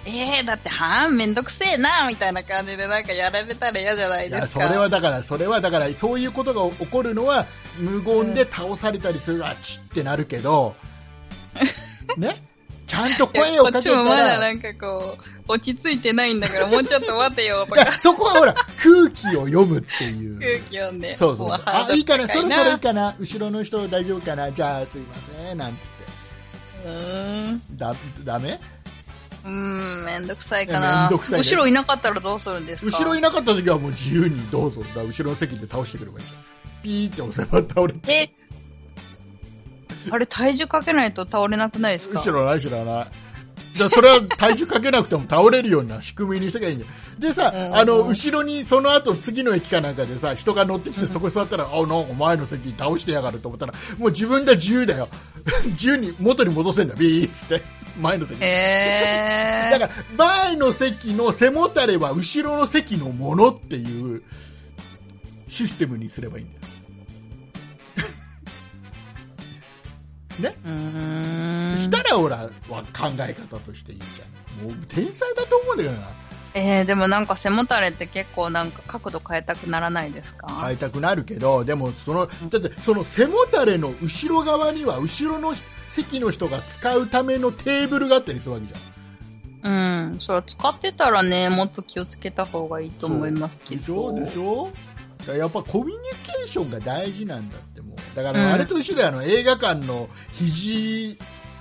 Speaker 1: えー、だってはーんめんどくせえなみたいな感じでなんかやられたら嫌じゃない
Speaker 2: い
Speaker 1: で
Speaker 2: や
Speaker 1: す
Speaker 2: そ
Speaker 1: か。
Speaker 2: れはだからそれはだからそういうことが起こるのは無言で倒されたりする、あちってなる けどねちゃんと
Speaker 1: い
Speaker 2: 声
Speaker 1: や
Speaker 2: を
Speaker 1: こ
Speaker 2: か
Speaker 1: っ
Speaker 2: け
Speaker 1: ち
Speaker 2: た
Speaker 1: もまだ
Speaker 2: ら
Speaker 1: ないんかこう、落ち着いてないんだからもうちょっと待てよと か
Speaker 2: やそこはほら空気を読むっていう
Speaker 1: 空気読んで。
Speaker 2: そうそう
Speaker 1: も
Speaker 2: そう
Speaker 1: ハー
Speaker 2: あ
Speaker 1: ドル
Speaker 2: いいかなそ
Speaker 1: 高
Speaker 2: ろそろいいかな後ろの人大丈夫かなじゃあすいませんなんつって
Speaker 1: うーん。
Speaker 2: だだめ
Speaker 1: うーん、めんどくさいかな。
Speaker 2: めんどくさいね
Speaker 1: 後ろいなかったらどうするんですか
Speaker 2: 後ろいなかった時はもう自由にどうぞだから後ろの席で倒してくればいいじゃんピーって押せば倒れて
Speaker 1: え、あれ体重かけないと倒れなくないですか
Speaker 2: 後ろない後ろないじゃそれは体重かけなくても倒れるような仕組みにしときゃいいんだよでさ、
Speaker 1: うん
Speaker 2: あの後ろにその後次の駅かなんかでさ人が乗ってきてそこに座ったら、あなんか前の席に倒してやがると思ったらもう自分で自由だよ 自由に元に戻せんだビーっつって前の席に
Speaker 1: え
Speaker 2: だ
Speaker 1: ー、
Speaker 2: から前の席の背もたれは後ろの席のものっていうシステムにすればいいんだよ
Speaker 1: うーん。
Speaker 2: したらほらは考え方としていいじゃんもう天才だと思うんだけどな
Speaker 1: えー、でもなんか背もたれって結構なんか角度変えたくならないですか、
Speaker 2: 変えたくなるけどでもそのだってその背もたれの後ろ側には後ろの席の人が使うためのテーブルがあったりするわけじゃん
Speaker 1: うん。それ使ってたらね、もっと気をつけた方がいいと思いますけ
Speaker 2: でし
Speaker 1: ど。
Speaker 2: ょでしょだからやっぱコミュニケーションが大事なんだってもうだか
Speaker 1: うん
Speaker 2: らあれと一緒だよ、あの映画館の肘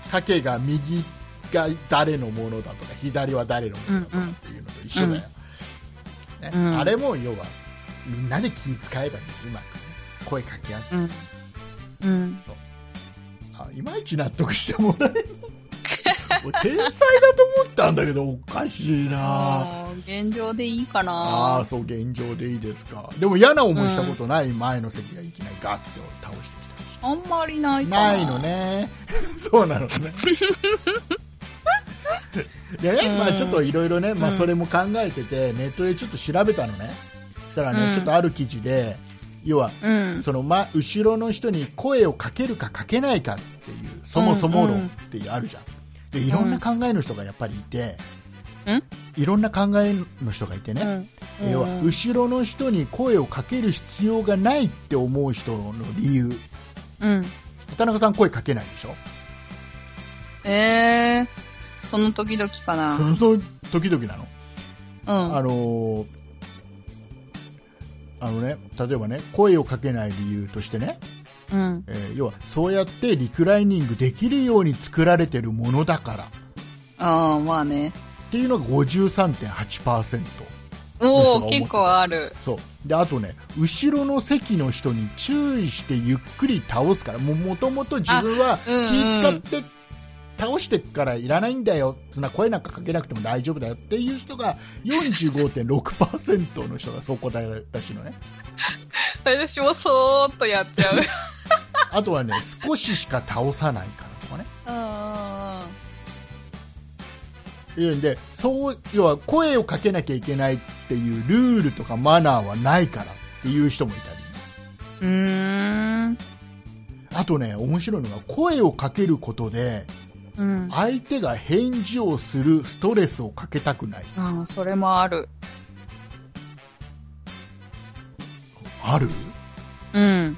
Speaker 2: 掛けが右が誰のものだとか左は誰のものだとかっていうのと一緒だよ、ね
Speaker 1: うん
Speaker 2: あれも要はみんなで気使えばいいんだようまくね声かけ合って
Speaker 1: うん。うん。
Speaker 2: あいまいち納得してもら えない俺天才だと思ったんだけどおかしいな
Speaker 1: ああー、現状でいいか
Speaker 2: あ
Speaker 1: な
Speaker 2: あ、そう、現状でいいですか。でも嫌な思いしたことない、前の席がいきなりガッて倒して
Speaker 1: あんまりない
Speaker 2: きた。
Speaker 1: かな。
Speaker 2: ないのね。そうなのね。 でね、
Speaker 1: うん
Speaker 2: まあちょっといろいろね、まあ
Speaker 1: うん
Speaker 2: それも考えてて、ネットでちょっと調べたのね。そしたらね、
Speaker 1: うん
Speaker 2: ちょっとある記事で、要は、
Speaker 1: うん。
Speaker 2: その、ま、後ろの人に声をかけるかかけないかっていう、そもそも論っていうあるじゃん。で、いろんな考えの人がやっぱりいて、
Speaker 1: うん
Speaker 2: いろんな考えの人がいてね、
Speaker 1: うん。
Speaker 2: 要は
Speaker 1: うん
Speaker 2: 後ろの人に声をかける必要がないって思う人の理由
Speaker 1: うん。
Speaker 2: 田中さん声かけないでしょ
Speaker 1: えー、その時々か
Speaker 2: そ
Speaker 1: な。
Speaker 2: の時々なの、
Speaker 1: うん。
Speaker 2: あのーあのね例えばね声をかけない理由としてね、
Speaker 1: うん。
Speaker 2: えー要はそうやってリクライニングできるように作られてるものだからっ
Speaker 1: ああ、まあ ね。
Speaker 2: ていうのが53.8%
Speaker 1: お
Speaker 2: 嘘
Speaker 1: お、結構ある。
Speaker 2: そうであとね後ろの席の人に注意してゆっくり倒すからももともと自分は気
Speaker 1: うんうん
Speaker 2: 使って倒してっからいらないんだよ、そんな声なんかかけなくても大丈夫だよっていう人が45.6%の人がそう答えるらしいのね
Speaker 1: 私もそーっとやっちゃう。
Speaker 2: あとはね少ししか倒さないからとかね
Speaker 1: うんうん
Speaker 2: いうんでそう要は声をかけなきゃいけないっていうルールとかマナーはないからっていう人もいた
Speaker 1: う
Speaker 2: り
Speaker 1: ん。う
Speaker 2: あとね面白いのが声をかけることで
Speaker 1: ーん。うん。あ
Speaker 2: 相手が返事をするストレスをかけたくない
Speaker 1: あ、それもある。
Speaker 2: ある
Speaker 1: うん。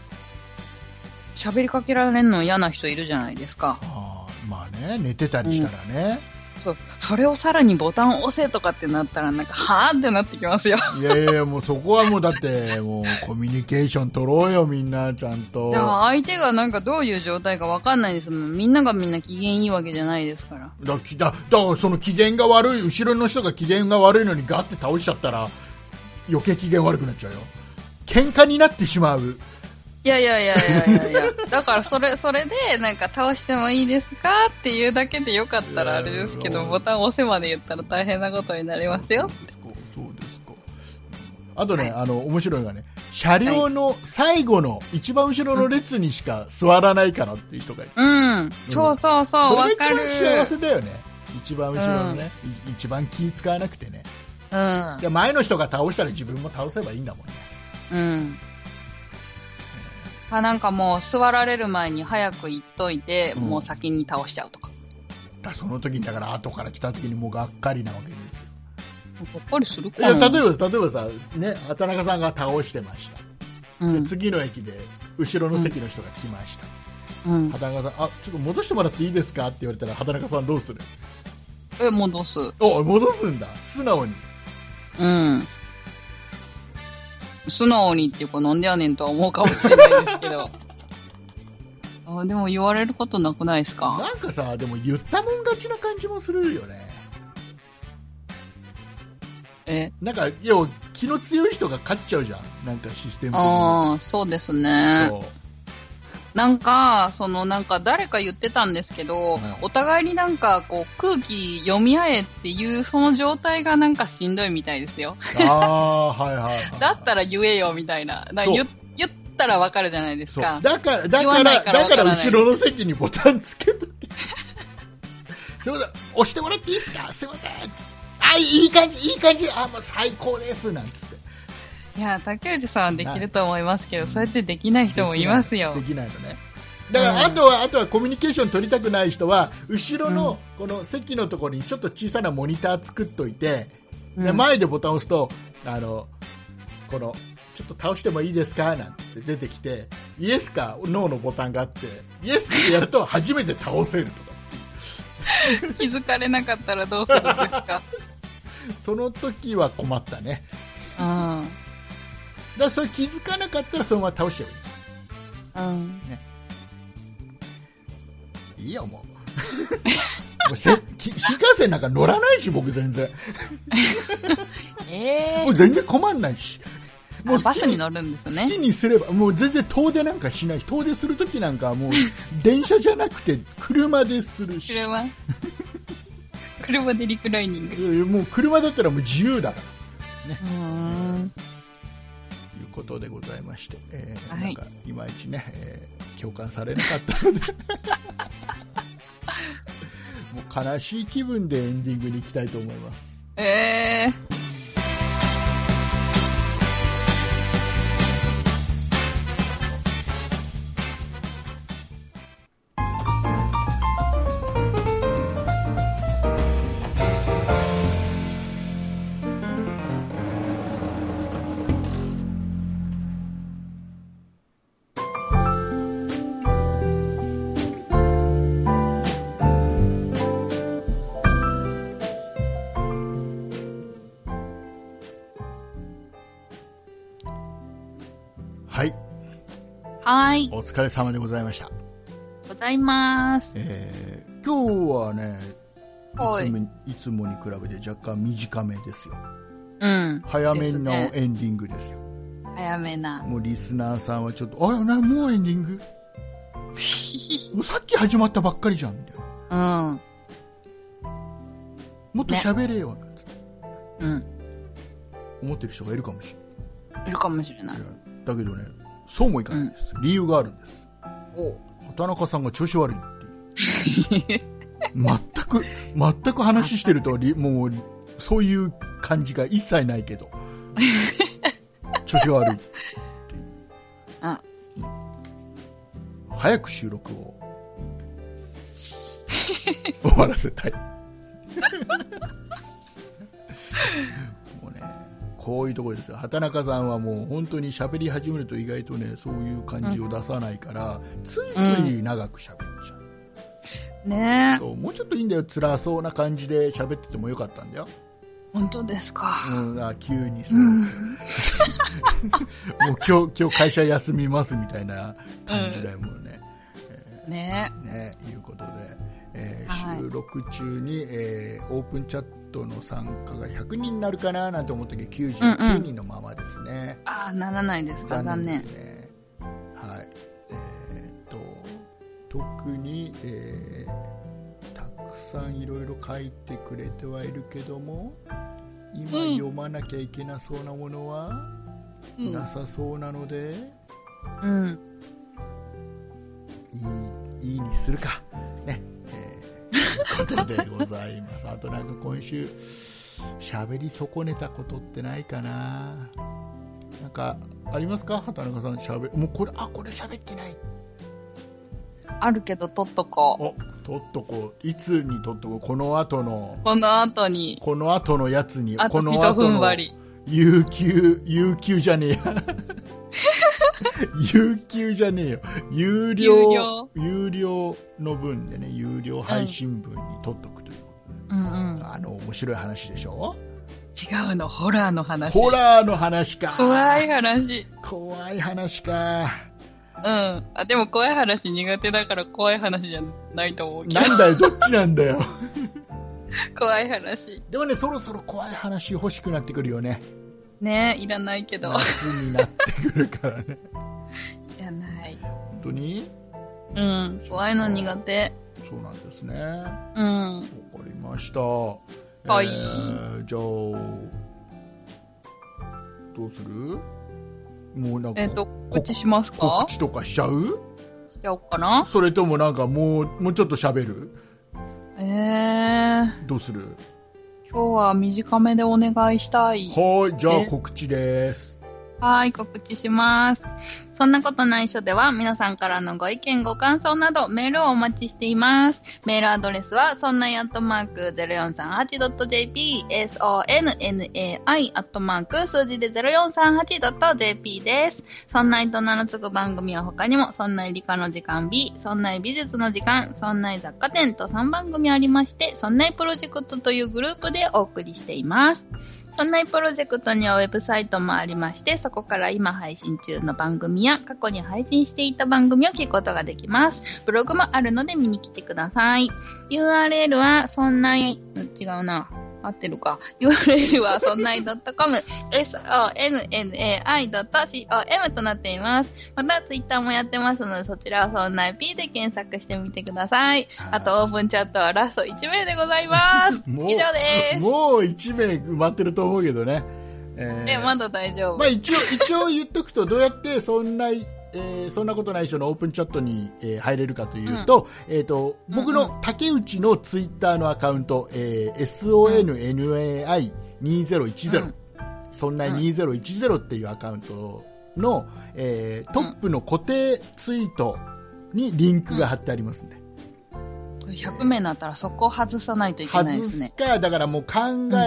Speaker 1: 喋りかけられんの嫌な人いるじゃないですか。
Speaker 2: あーまあね寝てたりしたらね、
Speaker 1: そう。それをさらにボタン押せとかってなったら、なんか、はぁってなってきますよ。
Speaker 2: いやいやいやもうそこはもうだってもう コミュニケーション取ろうよみんなちゃんと
Speaker 1: じゃあ、相手がなんかどういう状態かわかんないですもん。みんながみんな機嫌いいわけじゃないですから。
Speaker 2: だきだだからその機嫌が悪い後ろの人が機嫌が悪いのにガッて倒しちゃったら余計機嫌悪くなっちゃうよ喧嘩になってしまう
Speaker 1: いやいやいやいやいやいや。だから、それ、それで、なんか、倒してもいいですかっていうだけでよかったらあれですけど、ボタン押せまで言ったら大変なことになりますよ。
Speaker 2: そうですかあとね、あの面白いのがね車両の最後の、一番後ろの列にしか座らないからっていう人がいて
Speaker 1: うん。そうそうそう、
Speaker 2: そ
Speaker 1: わ
Speaker 2: れが
Speaker 1: かる。
Speaker 2: 一番幸せだよね一番後ろのね、い一番気使わなくてね
Speaker 1: うん
Speaker 2: で前の人が倒したら自分も倒せばいいんだもんね
Speaker 1: うん。あなんかもう座られる前に早く行っといて、
Speaker 2: うん
Speaker 1: もう先に倒しちゃうとか。
Speaker 2: だその時にだから後から来た時にもうがっかりなわけですよ
Speaker 1: ほっこりする
Speaker 2: い
Speaker 1: か
Speaker 2: や
Speaker 1: な。
Speaker 2: 例えば例えばさ、ね、畑中さんが倒してました、
Speaker 1: う
Speaker 2: で
Speaker 1: ん。
Speaker 2: 次の駅で後ろの席の人が来ました、
Speaker 1: うん。
Speaker 2: 畑中さんあちょっと戻してもらっていいですかって言われたら畑中さんどうする
Speaker 1: え、戻す。
Speaker 2: お戻すんだ素直に
Speaker 1: うん。素直にっていうか、なんでやねんとは思うかもしれないですけど。 あでも言われることなくないですか
Speaker 2: なんかさでも言ったもん勝ちな感じもするよね
Speaker 1: え
Speaker 2: なんか要は気の強い人が勝っちゃうじゃんなんかシステム的に
Speaker 1: ああ、そうですね。
Speaker 2: そう
Speaker 1: なんか、そのなんか誰か言ってたんですけど、
Speaker 2: うん
Speaker 1: お互いになんかこう空気読み合えっていうその状態がなんかしんどいみたいですよ。
Speaker 2: あーはいはいはい、
Speaker 1: だったら言えよみたいな。だ
Speaker 2: そう
Speaker 1: 言言ったらわかるじゃないです
Speaker 2: そう
Speaker 1: か。
Speaker 2: だからだ
Speaker 1: 言
Speaker 2: か
Speaker 1: わない
Speaker 2: ら
Speaker 1: から
Speaker 2: だ
Speaker 1: わ
Speaker 2: か
Speaker 1: かららない
Speaker 2: 後ろの席にボタンつけとけ すいません押してもらっていいですかすいませんつってあいい感じいい感じあもう最高ですなんつって
Speaker 1: いや、竹内さんはできると思いますけど、そうやってできない人もいますよ
Speaker 2: で。きないのねだから、
Speaker 1: うん
Speaker 2: あとはあとはコミュニケーション取りたくない人は後ろのこの席のところにちょっと小さなモニター作っといて、
Speaker 1: うん
Speaker 2: で前でボタンを押すとあのこのちょっと倒してもいいですかなんつって出てきてイエスかノーのボタンがあってイエスってやると初めて倒せるとか
Speaker 1: 気づかれなかったらどうするんですか。
Speaker 2: その時は困ったね
Speaker 1: うん。
Speaker 2: だからそれ気づかなかったらそのまま倒しちゃ
Speaker 1: うん。
Speaker 2: えばいいいいよも うもうせき新幹線なんか乗らないし僕全然
Speaker 1: ええ
Speaker 2: もう全然困んないし
Speaker 1: ー。あバ
Speaker 2: 好き
Speaker 1: スに乗るんです
Speaker 2: 好き
Speaker 1: ね。
Speaker 2: にすればもう全然遠出なんかしないし遠出するときなんかはもう電車じゃなくて車でするし
Speaker 1: 車。 車でリクライニング。
Speaker 2: いやいやもう車だったらもう自由だから
Speaker 1: うーん。
Speaker 2: ということでございまして、えー
Speaker 1: はい
Speaker 2: なんかいまいち ね、えー共感されなかったのでもう悲しい気分でエンディングに行きたいと思います。
Speaker 1: えー。
Speaker 2: はい、
Speaker 1: はーい。
Speaker 2: お疲れ様でございました。
Speaker 1: ございます。
Speaker 2: えー、今日はね、
Speaker 1: はい
Speaker 2: つ
Speaker 1: い。
Speaker 2: もいつもに比べて若干短めですよ。
Speaker 1: うん。
Speaker 2: 早め
Speaker 1: で
Speaker 2: の
Speaker 1: すね
Speaker 2: エンディングですよ。
Speaker 1: 早め な。
Speaker 2: もうリスナーさんはちょっと、あれな、もうエンディングもうさっき始まったばっかりじゃん、みたいな。
Speaker 1: うん。
Speaker 2: もっと喋れよ、なんて
Speaker 1: うん。
Speaker 2: 思ってる人がいるかもし
Speaker 1: いるかもしれない
Speaker 2: れ。ない。だけどね、そうもいかないです。理由があるんです。
Speaker 1: お
Speaker 2: 畑中さんが調子悪いっていう。全 く、全く話してるとり、もう、そういう感じが一切ない けど。調子が悪い。
Speaker 1: あ、
Speaker 2: 早く収録を終わらせたいもうねこういうところですよ畑中さんはもう本当に喋り始めると意外とねそういう感じを出さないから、ついつい長く喋っちゃう,、
Speaker 1: ねえ。
Speaker 2: そうもうちょっといいんだよ辛そうな感じで喋っててもよかったんだよ、
Speaker 1: 本当です
Speaker 2: う
Speaker 1: か。
Speaker 2: ん、あ急にさ、
Speaker 1: うん
Speaker 2: もう。今日今日会社休みますみたいな感じだよ、もうね
Speaker 1: ね
Speaker 2: ね、いうことで、えー
Speaker 1: はい
Speaker 2: 収録中に、えーオープンチャットの参加が100人になるかななんて思ったけど
Speaker 1: うんう
Speaker 2: 99
Speaker 1: ん
Speaker 2: 人のままですね、
Speaker 1: え。ああ、ならないですか。残
Speaker 2: で
Speaker 1: 念
Speaker 2: す。ねはいえーっと特に、えーたくさんいろいろ書いてくれてはいるけども今
Speaker 1: うん
Speaker 2: 読まなきゃいけなそうなものは
Speaker 1: うん
Speaker 2: なさそうなので、
Speaker 1: うん。
Speaker 2: いいいいにするか、ねえー、ということでございます。あとなんか今週、喋り損ねたことってないかな、なんかありますか、畑中さん、しゃべもうこれ、あこれ喋ってない、
Speaker 1: あるけど、取っとこ
Speaker 2: お取っとこう、いつに取っとこう、この後の
Speaker 1: う。、この後に、
Speaker 2: この後のやつに、
Speaker 1: あと
Speaker 2: こ
Speaker 1: 一
Speaker 2: の後
Speaker 1: 踏ん
Speaker 2: の
Speaker 1: 張り。
Speaker 2: 有給、有給じ ゃねえや。有給じゃねえよ。有料、
Speaker 1: 有料
Speaker 2: 有料の分でね、有料配信分に取っとくという。
Speaker 1: うんうん。
Speaker 2: あの、面白い話でしょ
Speaker 1: 違うの、ホラーの話。
Speaker 2: ホラーの話か。
Speaker 1: 怖い。話。
Speaker 2: 怖い話か。
Speaker 1: うん。あ、でも怖い話苦手だから怖い話じゃないと思うけど。
Speaker 2: な んだよ、どっちなんだよ。
Speaker 1: 怖い話。
Speaker 2: でもね、そろそろ怖い話欲しくなってくるよね。
Speaker 1: ねえ、いらないけど。
Speaker 2: 夏になってくるからね。
Speaker 1: いらない。
Speaker 2: 本当に
Speaker 1: うん。怖いの苦手。
Speaker 2: そうなんですね。
Speaker 1: うん。
Speaker 2: わかりました。
Speaker 1: はい
Speaker 2: ーじゃあ、どうするもうなんか、
Speaker 1: えっ、と、告知しますか
Speaker 2: 告知とかしちゃう
Speaker 1: しちゃおうかな
Speaker 2: それともなんかもう、もうちょっと喋る
Speaker 1: えー、
Speaker 2: どうする
Speaker 1: 今日は短めでお願いしたい。
Speaker 2: はい、じゃあ
Speaker 1: え
Speaker 2: 告知です。
Speaker 1: はい、告知します。そんなことない書では、皆さんからのご意見、ご感想など、メールをお待ちしています。メールアドレスは、そんないアットマーク 0438.jp、sonnai アットマーク数字で 0438.jp です。そんないと名の付く番組は他にも、そんない理科の時間 B、そんない美術の時間、そんない雑貨店と3番組ありまして、そんないプロジェクトというグループでお送りしています。そんないプロジェクトにはウェブサイトもありまして、そこから今配信中の番組や過去に配信していた番組を聞くことができます。ブログもあるので見に来てください。URL はそんない、うん違うな。合ってるか。URL はそんない .com、sonnai.com となっています。また、ツイッターもやってますので、そちらはそんない P で検索してみてください。
Speaker 2: はい
Speaker 1: あと、オープンチャットはラスト1名でござい ます。
Speaker 2: もう
Speaker 1: 以上です
Speaker 2: もう1名埋まってると思うけどね。えー
Speaker 1: え、まだ大丈夫
Speaker 2: まあ。一応、一応言っとくと、どうやってそんなえーそんなことないでしょのオープンチャットに、えー入れるかというと、えっ、と、僕
Speaker 1: うん
Speaker 2: の竹内のツイッターのアカウント、えー sonnai2010、
Speaker 1: うん
Speaker 2: そんな2010っていうアカウントの、えートップの固定ツイートにリンクが貼ってありますね。
Speaker 1: 100名になったらそこ外さないといけ
Speaker 2: 外
Speaker 1: ないです
Speaker 2: す
Speaker 1: ね。
Speaker 2: か、だからもう考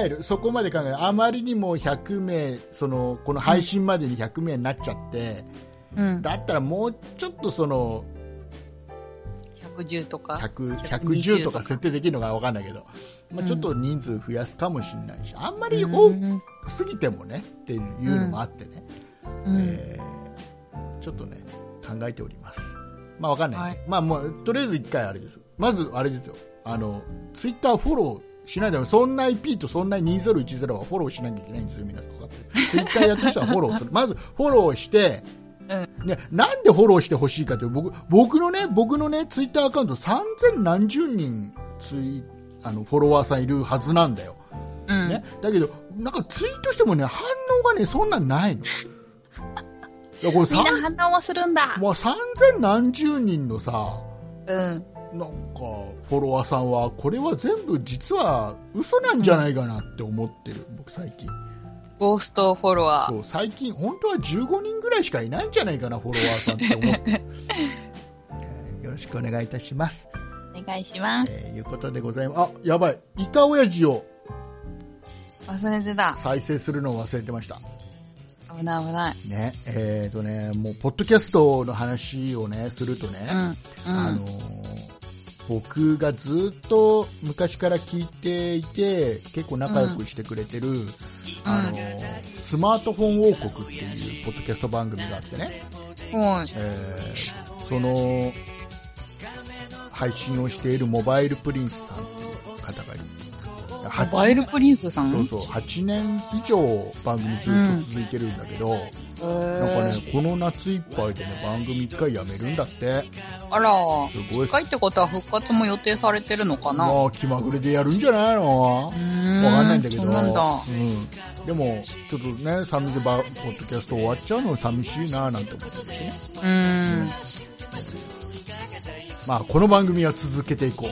Speaker 2: える、そこまで考える、あまりにも100名、そのこの配信までに100名になっちゃって、
Speaker 1: うん。
Speaker 2: だったらもうちょっとその
Speaker 1: 110とか。
Speaker 2: 100
Speaker 1: 120
Speaker 2: 110とか設定できるのか分かんないけど、まあ、ちょっと人数増やすかもしれないし、あんまり
Speaker 1: う
Speaker 2: 多
Speaker 1: ん
Speaker 2: すぎてもねっていうのもあってね、
Speaker 1: うん
Speaker 2: えーちょっとね、考えております。まあ分かんない、
Speaker 1: はい
Speaker 2: まあもうとりあえず一回あれです、まずあれですよ、あのツイッターフォローしないで、そんな IP とそんな2010はフォローしなきゃいけないんですよ、皆さん分かって る。ツイッターやってる人はフォローする。まずフォローして、ね、なんでフォローしてほしいかという僕僕のね僕のねツイッターアカウント3000何十人ツイあのフォロワーさんいるはずなんだよ、
Speaker 1: うん
Speaker 2: ね、だけどなんかツイートしてもね反応がねそんなんないの いやこれ
Speaker 1: み
Speaker 2: さ
Speaker 1: んな反応をするんだ。
Speaker 2: もう3000何十人のさ
Speaker 1: うん。
Speaker 2: なんかフォロワーさんはこれは全部実は嘘なんじゃないかなって思ってる、僕最近
Speaker 1: ゴーストフォロワー。
Speaker 2: そう最近、本当は15人ぐらいしかいないんじゃないかな、フォロワーさんって 思って。えーよろしくお願いいたします。
Speaker 1: お願いします。
Speaker 2: えーいうことでございます。あ、やばい。イカオヤジを
Speaker 1: 忘れてた。
Speaker 2: 再生するのを忘れてました。
Speaker 1: 危ない危ない。
Speaker 2: ね。えっ、とね、もう、ポッドキャストの話をね、するとね、
Speaker 1: うん。うん。
Speaker 2: あのー僕がずっと昔から聞いていて、結構仲良くしてくれてる、あのースマートフォン王国っていうポッドキャスト番組があってね。
Speaker 1: はい。
Speaker 2: えーその配信をしているモバイルプリンスさんという方がいる
Speaker 1: モバイ
Speaker 2: 8
Speaker 1: ルプリンスさん
Speaker 2: そうそう8年以上番組ずっと続いてるんだけど、なんかね
Speaker 1: へー
Speaker 2: この夏いっぱいでね番組1回やめるんだって
Speaker 1: あら、
Speaker 2: すごい
Speaker 1: 一回ってことは復活も予定されてるのかな
Speaker 2: まあ気まぐれでやるんじゃないの
Speaker 1: うー
Speaker 2: わかんないんだけど
Speaker 1: そうなんだ。
Speaker 2: うんでもちょっとね寂しいばポッドキャスト終わっちゃうの寂しいななんて思ってるしね
Speaker 1: うーん。
Speaker 2: まあこの番組は続けていこ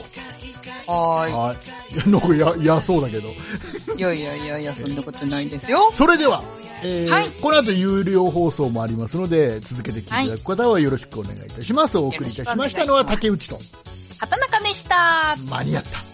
Speaker 2: う
Speaker 1: は
Speaker 2: はい。い や、なんかや、やそうだけど。
Speaker 1: ーい。いやいやいやいや、そんなことないですよ。
Speaker 2: それでは、えー
Speaker 1: はい
Speaker 2: この後有料放送もありますので、続けて聞いていただく方はよろしくお願いいたします。お送りいたしましたのは竹内と、
Speaker 1: 畑中でした。
Speaker 2: 間に合った。